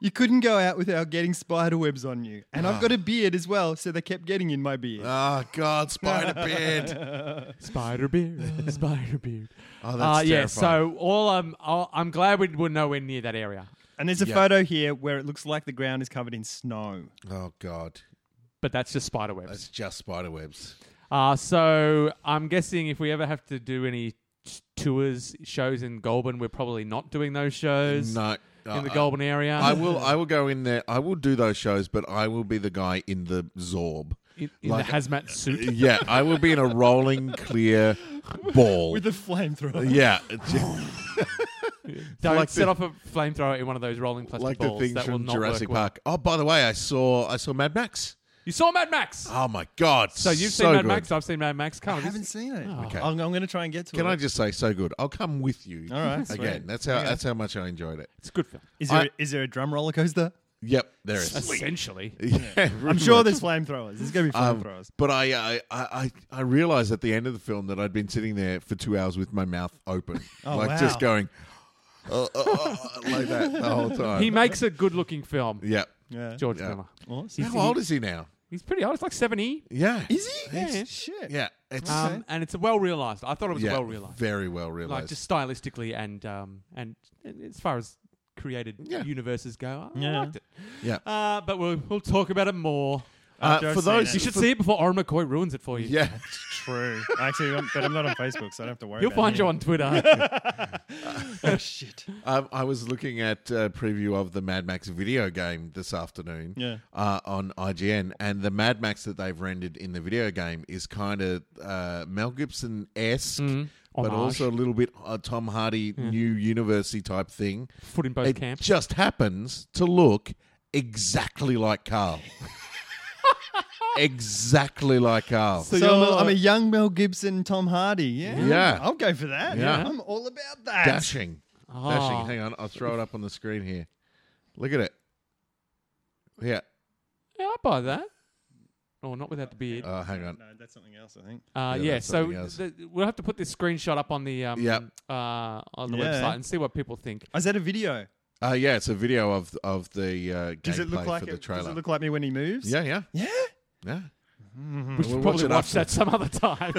Speaker 4: you couldn't go out without getting spider webs on you. And I've
Speaker 1: Ah.
Speaker 4: got a beard as well, so they kept getting in my beard.
Speaker 1: Oh God,
Speaker 3: <laughs>
Speaker 1: spider beard.
Speaker 3: Spider beard, spider beard.
Speaker 1: Oh, that's
Speaker 3: Uh, yeah,
Speaker 1: terrifying.
Speaker 3: so all um, I'll, I'm glad we were nowhere near that area,
Speaker 4: And there's a
Speaker 1: Yeah.
Speaker 4: photo here where it looks like the ground is covered in snow.
Speaker 1: Oh God,
Speaker 3: but that's just spider webs.
Speaker 1: that's just spider webs.
Speaker 3: Uh, so I'm guessing if we ever have to do any t- tours, shows in Goulburn, we're probably not doing those shows
Speaker 1: No,
Speaker 3: in the
Speaker 1: uh,
Speaker 3: Goulburn area.
Speaker 1: I will. I will go in there. I will do those shows, but I will be the guy in the zorb.
Speaker 3: in, in
Speaker 1: like- uh,
Speaker 3: the hazmat suit.
Speaker 1: Yeah, I will be in a rolling
Speaker 3: <laughs>
Speaker 1: clear ball.
Speaker 4: With a flamethrower.
Speaker 1: yeah,
Speaker 3: Don't
Speaker 1: like
Speaker 3: set
Speaker 1: the-
Speaker 3: off a flamethrower in one of those rolling plastic
Speaker 1: like the
Speaker 3: balls.
Speaker 1: things
Speaker 3: that will
Speaker 1: from
Speaker 3: not
Speaker 1: Jurassic
Speaker 3: work well.
Speaker 1: Park. Oh, by the way, I saw I saw Mad Max.
Speaker 3: You saw Mad Max.
Speaker 1: Oh my God,
Speaker 3: so you've
Speaker 1: so
Speaker 3: seen Mad
Speaker 1: good.
Speaker 3: Max. I've seen Mad Max. Carl,
Speaker 4: I
Speaker 3: have you
Speaker 4: haven't seen it.
Speaker 3: Oh.
Speaker 1: Okay.
Speaker 4: I'm, I'm going to try and get
Speaker 1: Ah.
Speaker 4: to
Speaker 1: Can
Speaker 4: it.
Speaker 1: I just say so good? I'll come with you.
Speaker 4: All right, sweet.
Speaker 1: Again, that's how
Speaker 4: Okay.
Speaker 1: that's how much I enjoyed it.
Speaker 3: It's a good film.
Speaker 4: Is there,
Speaker 1: I-
Speaker 4: is there a drum roller coaster?
Speaker 1: Yep, there it is.
Speaker 3: Essentially.
Speaker 1: <laughs> Yeah,
Speaker 4: I'm sure there's flamethrowers. There's going to be
Speaker 1: Um,
Speaker 4: flamethrowers.
Speaker 1: but I, I, I, I realized at the end of the film that I'd been sitting there for two hours with my mouth open,
Speaker 4: Oh,
Speaker 1: like
Speaker 4: wow.
Speaker 1: just going uh, uh, uh, like that the
Speaker 3: <laughs>
Speaker 1: whole time.
Speaker 3: He makes a good looking film,
Speaker 1: yeah.
Speaker 4: yeah.
Speaker 3: George
Speaker 1: Yeah.
Speaker 3: Miller.
Speaker 4: Awesome.
Speaker 3: He's,
Speaker 1: How old is he now?
Speaker 3: he's pretty old. It's like 70.
Speaker 1: Yeah.
Speaker 4: Is he?
Speaker 3: Yeah.
Speaker 4: It's- Shit.
Speaker 1: Yeah. It's
Speaker 3: Um, and it's well realized. I thought it was
Speaker 1: yeah,
Speaker 3: well realized.
Speaker 1: Very well realized.
Speaker 3: Like just stylistically and um, and and as far as created
Speaker 1: Yeah.
Speaker 3: universes go, I, I
Speaker 4: Yeah.
Speaker 3: liked it.
Speaker 1: yeah.
Speaker 3: Uh, but we'll we'll talk about it more.
Speaker 4: After
Speaker 1: Uh,
Speaker 4: I've
Speaker 1: for
Speaker 4: seen
Speaker 1: those,
Speaker 4: it.
Speaker 3: You should see it before Orin McCoy ruins it for you.
Speaker 1: Yeah.
Speaker 4: True. Actually, I'm- but I'm not on Facebook, so I don't have to worry
Speaker 3: He'll
Speaker 4: about
Speaker 3: find you
Speaker 4: him.
Speaker 1: <laughs>
Speaker 3: on Twitter.
Speaker 4: Oh, shit.
Speaker 1: Um, I was looking at a preview of the Mad Max video game this afternoon
Speaker 4: Yeah.
Speaker 1: uh, on IGN, and the Mad Max that they've rendered in the video game is kind of uh, Mel Gibson esque, but
Speaker 3: Mm. Homage.
Speaker 1: also a little bit uh, Tom Hardy new university type thing.
Speaker 3: Foot in both
Speaker 1: it
Speaker 3: camps.
Speaker 1: just happens to look exactly like
Speaker 3: <laughs>
Speaker 1: Carl. exactly like Carl.
Speaker 3: So
Speaker 4: So,
Speaker 3: you're
Speaker 4: I'm, a,
Speaker 3: not-
Speaker 4: I'm a young Mel Gibson, Tom Hardy. Yeah.
Speaker 1: Yeah.
Speaker 4: I'll go for that.
Speaker 1: Yeah.
Speaker 4: I'm all about that.
Speaker 1: Dashing.
Speaker 3: Ah.
Speaker 1: Dashing. Hang on, I'll throw it up on the screen here. Look at it. Yeah.
Speaker 3: Yeah, I buy that. Oh, not without the beard.
Speaker 1: Uh, hang on.
Speaker 4: No, that's something else, I think.
Speaker 3: Uh, yeah,
Speaker 1: Yeah, that's
Speaker 3: so
Speaker 1: something else.
Speaker 3: th- we'll have to put this screenshot up on the um,
Speaker 1: Yep.
Speaker 3: uh, on the
Speaker 4: Yeah.
Speaker 3: website and see what people think.
Speaker 4: Oh, Is that a video?
Speaker 1: Uh, yeah, it's a video of of the uh,
Speaker 4: Does it
Speaker 1: gameplay
Speaker 4: look like
Speaker 1: for the
Speaker 4: it,
Speaker 1: trailer.
Speaker 4: Does it look like me when he moves?
Speaker 1: yeah, yeah,
Speaker 4: Yeah. <laughs>
Speaker 1: yeah.
Speaker 3: We should
Speaker 1: Hmm. We'll
Speaker 3: probably
Speaker 1: watch it
Speaker 3: watch,
Speaker 1: after.
Speaker 3: that some
Speaker 1: <laughs>
Speaker 3: other time.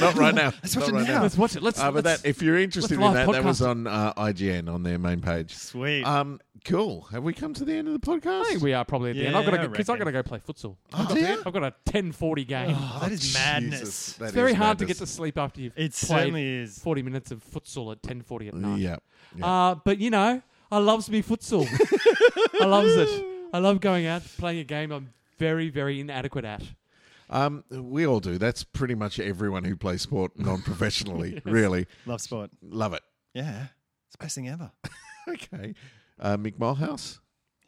Speaker 1: Not right
Speaker 3: <laughs>
Speaker 1: now.
Speaker 4: Let's
Speaker 1: Not
Speaker 4: watch it
Speaker 1: right
Speaker 4: now.
Speaker 3: let's watch it. Let's.
Speaker 1: Uh, but
Speaker 3: let's-
Speaker 1: that, if you're interested in
Speaker 3: live
Speaker 1: that, that was
Speaker 3: podcast it.
Speaker 1: on uh, IGN on their main page.
Speaker 4: Sweet.
Speaker 1: Um, cool. Have we come to the end of the podcast?
Speaker 3: I think we are probably at the end. I've
Speaker 4: Yeah,
Speaker 3: got to
Speaker 4: I
Speaker 3: because I've got to
Speaker 4: reckon.
Speaker 3: go play futsal.
Speaker 1: Oh, yeah?
Speaker 3: I've got a ten forty game.
Speaker 4: Oh, that is madness.
Speaker 3: it's very hard to get to sleep after you've
Speaker 4: It
Speaker 3: played
Speaker 4: certainly is.
Speaker 3: forty minutes of futsal at ten forty at night.
Speaker 1: Yeah. yeah.
Speaker 3: Uh, but you know, I loves
Speaker 1: <laughs>
Speaker 3: me futsal. I loves it. I love going out playing a game I'm very very inadequate at.
Speaker 1: Um, we all do. That's pretty much everyone who plays
Speaker 3: <laughs>
Speaker 1: sport non-professionally. Really
Speaker 4: Love sport.
Speaker 1: love it.
Speaker 4: Yeah. It's the best thing ever.
Speaker 1: Okay, uh, Mick Mulhouse.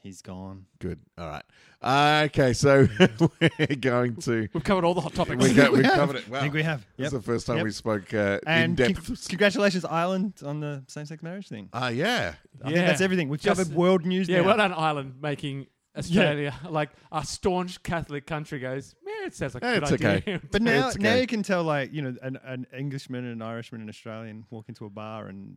Speaker 4: He's gone.
Speaker 1: Good. All right. Uh, okay, so <laughs> we're going to
Speaker 3: We've covered all the hot topics. <laughs>
Speaker 1: we go,
Speaker 4: we
Speaker 1: we've
Speaker 4: have.
Speaker 1: covered it. Wow.
Speaker 4: I think we have.
Speaker 1: That's
Speaker 4: Yep.
Speaker 1: the first time
Speaker 4: Yep.
Speaker 1: we spoke uh, in
Speaker 4: and con-
Speaker 1: depth.
Speaker 4: congratulations, Ireland, on the same-sex marriage thing.
Speaker 1: Ah, yeah.
Speaker 4: I think that's everything. We've
Speaker 3: Just-
Speaker 4: covered world news.
Speaker 3: Yeah,
Speaker 4: now.
Speaker 3: well done, Ireland, making Australia <laughs> like a staunch Catholic country goes. Yeah, it sounds like
Speaker 1: Yeah,
Speaker 3: a good
Speaker 1: it's
Speaker 3: idea.
Speaker 1: okay.
Speaker 3: <laughs>
Speaker 4: But now,
Speaker 1: It's
Speaker 4: now
Speaker 1: okay.
Speaker 4: you can tell, like you know, an, an Englishman, an Irishman, an Australian walk into a bar, and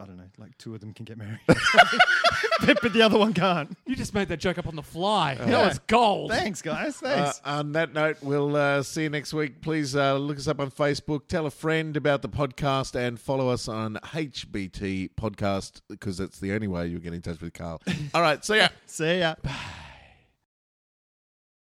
Speaker 4: I don't know, like two of them can get married, <laughs> but, but the other one can't.
Speaker 3: you just made that joke up on the fly.
Speaker 1: Oh.
Speaker 3: that was gold.
Speaker 4: Thanks, guys.
Speaker 1: Uh,
Speaker 4: Thanks.
Speaker 1: on that note, we'll uh, see you next week. Please uh, look us up on Facebook, tell a friend about the podcast, and follow us on
Speaker 4: <laughs>
Speaker 1: HBT Podcast because that's the only way you'll get in touch with Carl. All right, see ya.
Speaker 4: See ya.